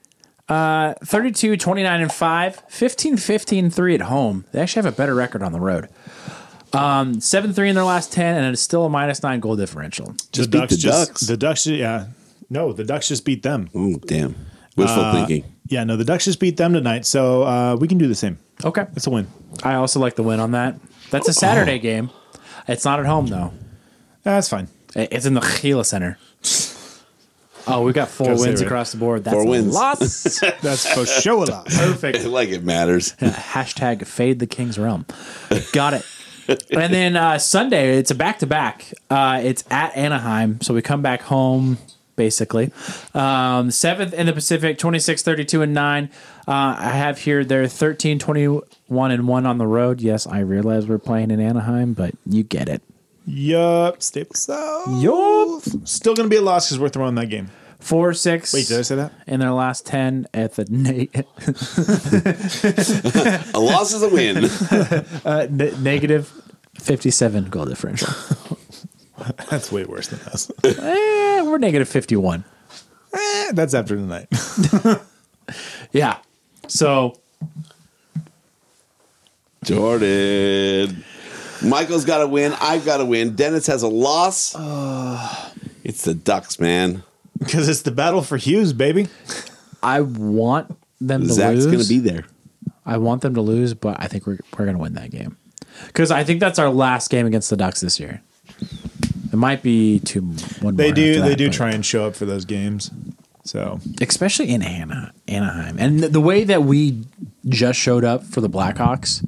Speaker 4: Uh, 32, 29, and 5, 15, 15, 3 at home. They actually have a better record on the road. Um, 7 3 in their last 10, and it's still a minus 9 goal differential.
Speaker 2: Just the Ducks just, The Ducks, ju- yeah. No, the Ducks just beat them. Uh,
Speaker 6: Oh, damn. Wishful
Speaker 4: Uh,
Speaker 6: thinking.
Speaker 2: Yeah, no, the Ducks just beat them tonight, so uh, we can do the same.
Speaker 4: Okay. Oh.
Speaker 2: It's a win.
Speaker 4: I also like the win on that. That's a Saturday game. It's not at home, though.
Speaker 2: That's fine.
Speaker 4: It's in the Gila Center. Oh, we got four
Speaker 2: Gotta say
Speaker 4: wins
Speaker 2: it.
Speaker 4: across the board. That's
Speaker 2: Four
Speaker 4: a
Speaker 2: wins.
Speaker 4: loss.
Speaker 2: That's for sure a lot.
Speaker 4: Perfect.
Speaker 6: like it matters.
Speaker 4: Hashtag fade the king's realm. Got it. and then uh, Sunday, it's a back to back. It's at Anaheim, so we come back home basically. Um, seventh in the Pacific, 26, 32, and 9. Uh, I have here they're 13, 21, and 1 on the road. Yes, I realize we're playing in Anaheim, but you get it.
Speaker 2: Yup. Staples South. Yup. Still going to be a loss because we're throwing that game.
Speaker 4: Four, six.
Speaker 2: Wait, did I say that?
Speaker 4: In their last 10 at the.
Speaker 6: A loss is a win.
Speaker 4: uh, ne- negative 57 goal differential.
Speaker 2: That's way worse than us.
Speaker 4: Eh, we're negative 51.
Speaker 2: Eh, that's after tonight.
Speaker 4: yeah. So
Speaker 6: Jordan. Michael's got to win. I've got to win. Dennis has a loss.
Speaker 2: Uh,
Speaker 6: it's the Ducks, man.
Speaker 2: Because it's the battle for Hughes, baby.
Speaker 4: I want them to
Speaker 6: Zach's
Speaker 4: lose.
Speaker 6: going to be there.
Speaker 4: I want them to lose, but I think we're, we're going to win that game. Because I think that's our last game against the Ducks this year. It might be two. One
Speaker 2: They
Speaker 4: more
Speaker 2: do.
Speaker 4: after
Speaker 2: they
Speaker 4: that,
Speaker 2: do
Speaker 4: but-
Speaker 2: try and show up for those games. So
Speaker 4: especially in Ana, Anaheim, and the way that we just showed up for the Blackhawks,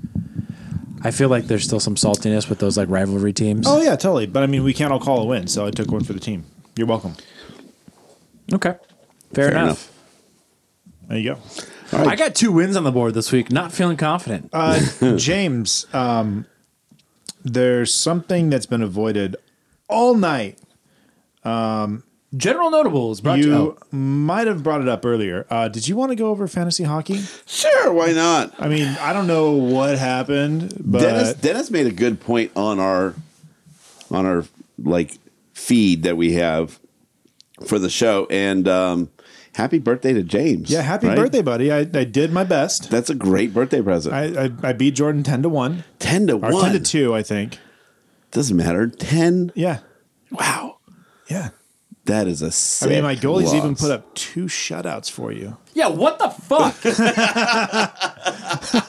Speaker 4: I feel like there's still some saltiness with those like rivalry teams.
Speaker 2: Oh yeah, totally. But I mean, we can't all call a win, so I took one for the team. You're welcome.
Speaker 4: Okay, fair,
Speaker 2: Fair
Speaker 4: enough.
Speaker 2: enough. There you go.
Speaker 4: I got two wins on the board this week. Not feeling confident.
Speaker 2: Uh, James, um, there's something that's been avoided all night. Um,
Speaker 4: General notables. Brought
Speaker 2: you
Speaker 4: to-
Speaker 2: might have brought it up earlier. Uh, did you want to go over fantasy hockey?
Speaker 6: Sure, why not?
Speaker 2: I mean, I don't know what happened, but
Speaker 6: Dennis Dennis made a good point on our on our like feed that we have for the show. And um, happy birthday to James.
Speaker 2: yeah, happy
Speaker 6: right?
Speaker 2: birthday, buddy. I, I did my best.
Speaker 6: That's a great birthday present.
Speaker 2: I, I, I beat Jordan ten to one.
Speaker 6: Ten to
Speaker 2: Or
Speaker 6: one.
Speaker 2: ten to two, I think.
Speaker 6: Doesn't matter. Ten.
Speaker 2: Yeah.
Speaker 6: Wow.
Speaker 2: Yeah.
Speaker 6: That is a sick
Speaker 2: I mean, my goalies
Speaker 6: loss.
Speaker 2: even put up two shutouts for you.
Speaker 4: yeah, what the fuck?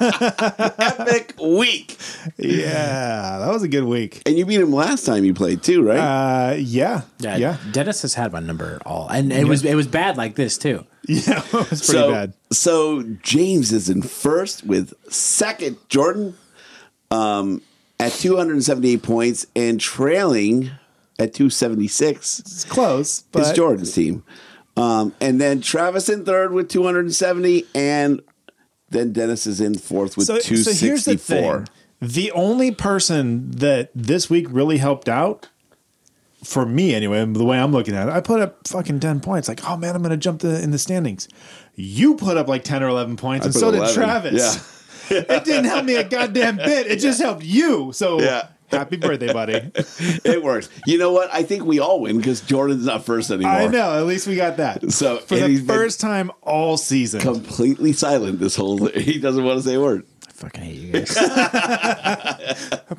Speaker 6: epic week.
Speaker 2: Yeah, that was a good week.
Speaker 6: And you beat him last time you played too, right?
Speaker 2: Uh, yeah,
Speaker 4: yeah, Dennis has had my number at all, and it was it was bad like this too.
Speaker 2: Yeah, it was pretty
Speaker 6: so,
Speaker 2: bad.
Speaker 6: So James is in first with second Jordan um, at 278 points and trailing at 276. It's
Speaker 2: close,
Speaker 6: is
Speaker 2: but-
Speaker 6: Jordan's team. Um, and then Travis in third with 270 and then Dennis is in fourth with 264.
Speaker 2: the only person that this week really helped out, for me anyway, the way I'm looking at it, I put up fucking 10 points. Like, oh man, I'm going to jump the, in the standings. You put up like 10 or 11 points,
Speaker 6: I
Speaker 2: and
Speaker 6: put
Speaker 2: so
Speaker 6: 11.
Speaker 2: did Travis.
Speaker 6: Yeah.
Speaker 2: it didn't help me a goddamn bit. It just helped you. So
Speaker 6: Yeah.
Speaker 2: happy birthday, buddy.
Speaker 6: it works. You know what? I think we all win because Jordan's not first anymore.
Speaker 2: I know. At least we got that.
Speaker 6: So
Speaker 2: For
Speaker 6: and
Speaker 2: the
Speaker 6: he's been
Speaker 2: first time all season.
Speaker 6: completely silent this whole. He doesn't want to say a word.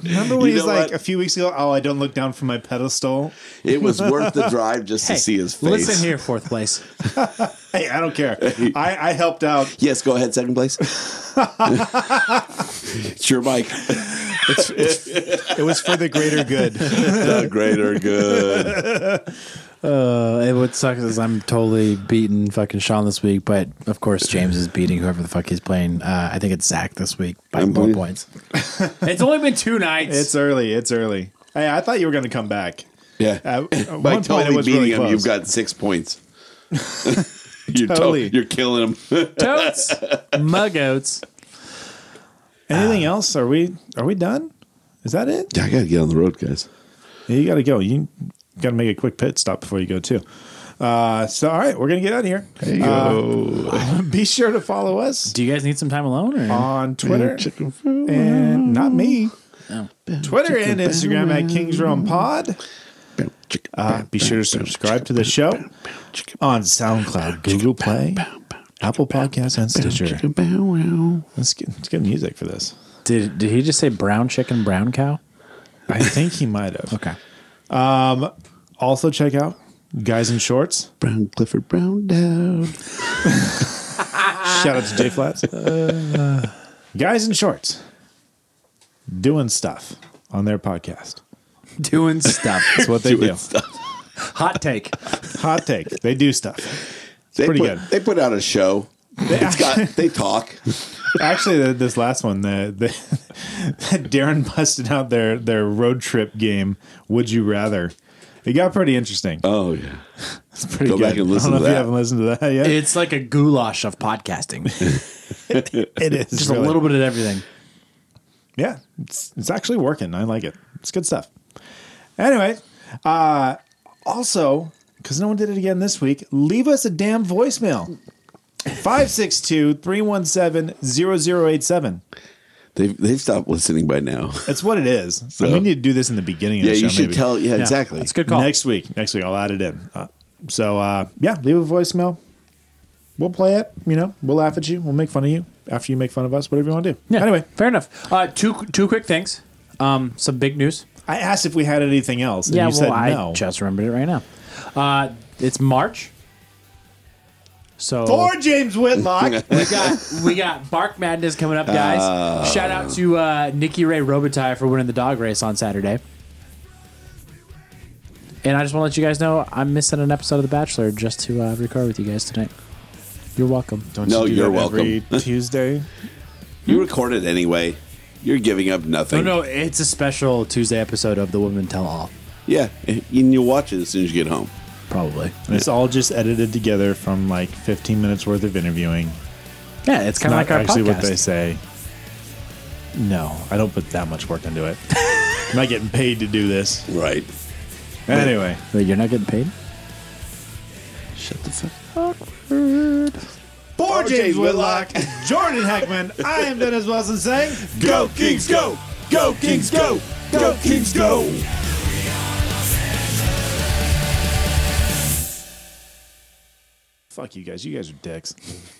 Speaker 2: Remember when
Speaker 6: You
Speaker 2: he's
Speaker 6: know
Speaker 2: like a few weeks ago, oh, I don't look down from my pedestal?
Speaker 6: It was worth the drive just to see his face.
Speaker 4: Listen here, fourth place.
Speaker 2: Hey, I don't care. I, I helped out.
Speaker 6: Yes, go ahead, second place. it's your mic.
Speaker 2: it was for the greater good.
Speaker 6: the greater good.
Speaker 4: Uh, it would suck is I'm totally beating fucking Sean this week, but of course James is beating whoever the fuck he's playing. Uh, I think it's Zach this week by
Speaker 2: I'm
Speaker 4: more
Speaker 2: ble-
Speaker 4: points. it's only been two nights.
Speaker 2: It's early. It's early. Hey, I thought you were going to come back.
Speaker 6: Yeah.
Speaker 2: At, at
Speaker 6: By
Speaker 2: one point, it
Speaker 6: totally
Speaker 2: was
Speaker 6: beating
Speaker 2: really
Speaker 6: him,
Speaker 2: close.
Speaker 6: you've got six points. you're, to-
Speaker 2: Totally.
Speaker 6: you're killing him.
Speaker 4: Totes. Mug oats.
Speaker 6: Ah.
Speaker 2: Anything else? Are we are we done? Is that it?
Speaker 6: Yeah, I gotta get on the road, guys.
Speaker 2: Yeah, you gotta go. You gotta make a quick pit stop before you go too. Uh, so all right, we're gonna get out of here. Uh, be sure to follow us
Speaker 4: Do you guys need some time alone? Or?
Speaker 2: on Twitter and not me.
Speaker 4: Oh.
Speaker 2: Twitter and Instagram at Kings Realm Pod. Uh, be sure to subscribe to the show on SoundCloud, Google Play, Apple Podcasts, and Stitcher. Let's get, let's get music for this.
Speaker 4: Did did he just say brown chicken, brown cow?
Speaker 2: I think he might have.
Speaker 4: Okay.
Speaker 2: Um, also check out Guys in Shorts.
Speaker 6: Brown Clifford Brown uh, down.
Speaker 4: Uh,
Speaker 2: Shout out to J Flats. Uh, Guys in Shorts doing stuff on their podcast.
Speaker 4: Doing stuff.
Speaker 2: That's what they
Speaker 6: Doing
Speaker 2: do.
Speaker 4: Hot take.
Speaker 2: Hot take. They do stuff. It's
Speaker 6: They
Speaker 2: pretty
Speaker 6: put,
Speaker 2: good.
Speaker 6: They put out a show. It's got, they talk.
Speaker 2: Actually, th this last one, the, the Darren busted out their their road trip game. Would you rather? It got pretty interesting.
Speaker 6: Oh yeah,
Speaker 2: it's pretty
Speaker 6: Go
Speaker 2: good.
Speaker 6: back and listen to
Speaker 2: I don't know if you
Speaker 6: that.
Speaker 2: haven't listened to that yet.
Speaker 4: It's like a goulash of podcasting.
Speaker 2: it is
Speaker 4: Just a
Speaker 2: really.
Speaker 4: little bit of everything.
Speaker 2: yeah, it's, it's actually working. I like it. It's good stuff. Anyway, uh, also, because no one did it again this week, leave us a damn voicemail 562 317 0087.
Speaker 6: They've they've stopped listening by now.
Speaker 2: That's what it is.
Speaker 6: So-
Speaker 2: we need to do this in the beginning of
Speaker 6: Yeah,
Speaker 2: the show.
Speaker 6: you should
Speaker 2: maybe.
Speaker 6: tell- yeah, exactly.
Speaker 4: That's a good call.
Speaker 2: Next week. Next week, I'll add it in. Uh, so, uh, yeah, leave a voicemail. We'll play it. You know, we'll laugh at you. We'll make fun of you after you make fun of us, whatever you want to do.
Speaker 4: Yeah.
Speaker 2: Anyway,
Speaker 4: fair enough. Uh, two two quick things. Um, some big news.
Speaker 2: I asked if we had anything else, and
Speaker 4: yeah,
Speaker 2: you
Speaker 4: well,
Speaker 2: said
Speaker 4: I
Speaker 2: no.
Speaker 4: just remembered it right now. Uh, it's March. So
Speaker 2: For James Whitlock.
Speaker 4: we got we got Bark Madness coming up, guys.
Speaker 6: Oh.
Speaker 4: Shout out to uh, Nikki Ray Robitaille for winning the dog race on Saturday. And I just want to let you guys know I'm missing an episode of The Bachelor just to uh, record with you guys tonight. You're welcome.
Speaker 2: Don't
Speaker 6: No,
Speaker 2: do
Speaker 6: you're
Speaker 2: that every
Speaker 6: welcome.
Speaker 2: Tuesday.
Speaker 6: You record it anyway. You're giving up
Speaker 4: No,
Speaker 6: nothing.
Speaker 4: Oh, no, it's a special Tuesday episode of The Women Tell All,
Speaker 6: Yeah, and you watch it as soon as you get home.
Speaker 4: probably.
Speaker 2: And it's all just edited together from like 15 minutes worth of interviewing.
Speaker 4: Yeah, it's kind of
Speaker 2: Not
Speaker 4: like our
Speaker 2: actually
Speaker 4: podcast.
Speaker 2: what they say. No, I don't put that much work into it. I'm not getting paid to do this.
Speaker 6: Right.
Speaker 2: Anyway,
Speaker 4: Wait, you're not getting paid?
Speaker 6: Shut the fuck.
Speaker 2: for Oh, James Whitlock, Jordan Heckman, I am Dennis Wilson saying, Go Kings, go! Go Kings, go! Go Kings, go! Fuck you guys. You guys are dicks.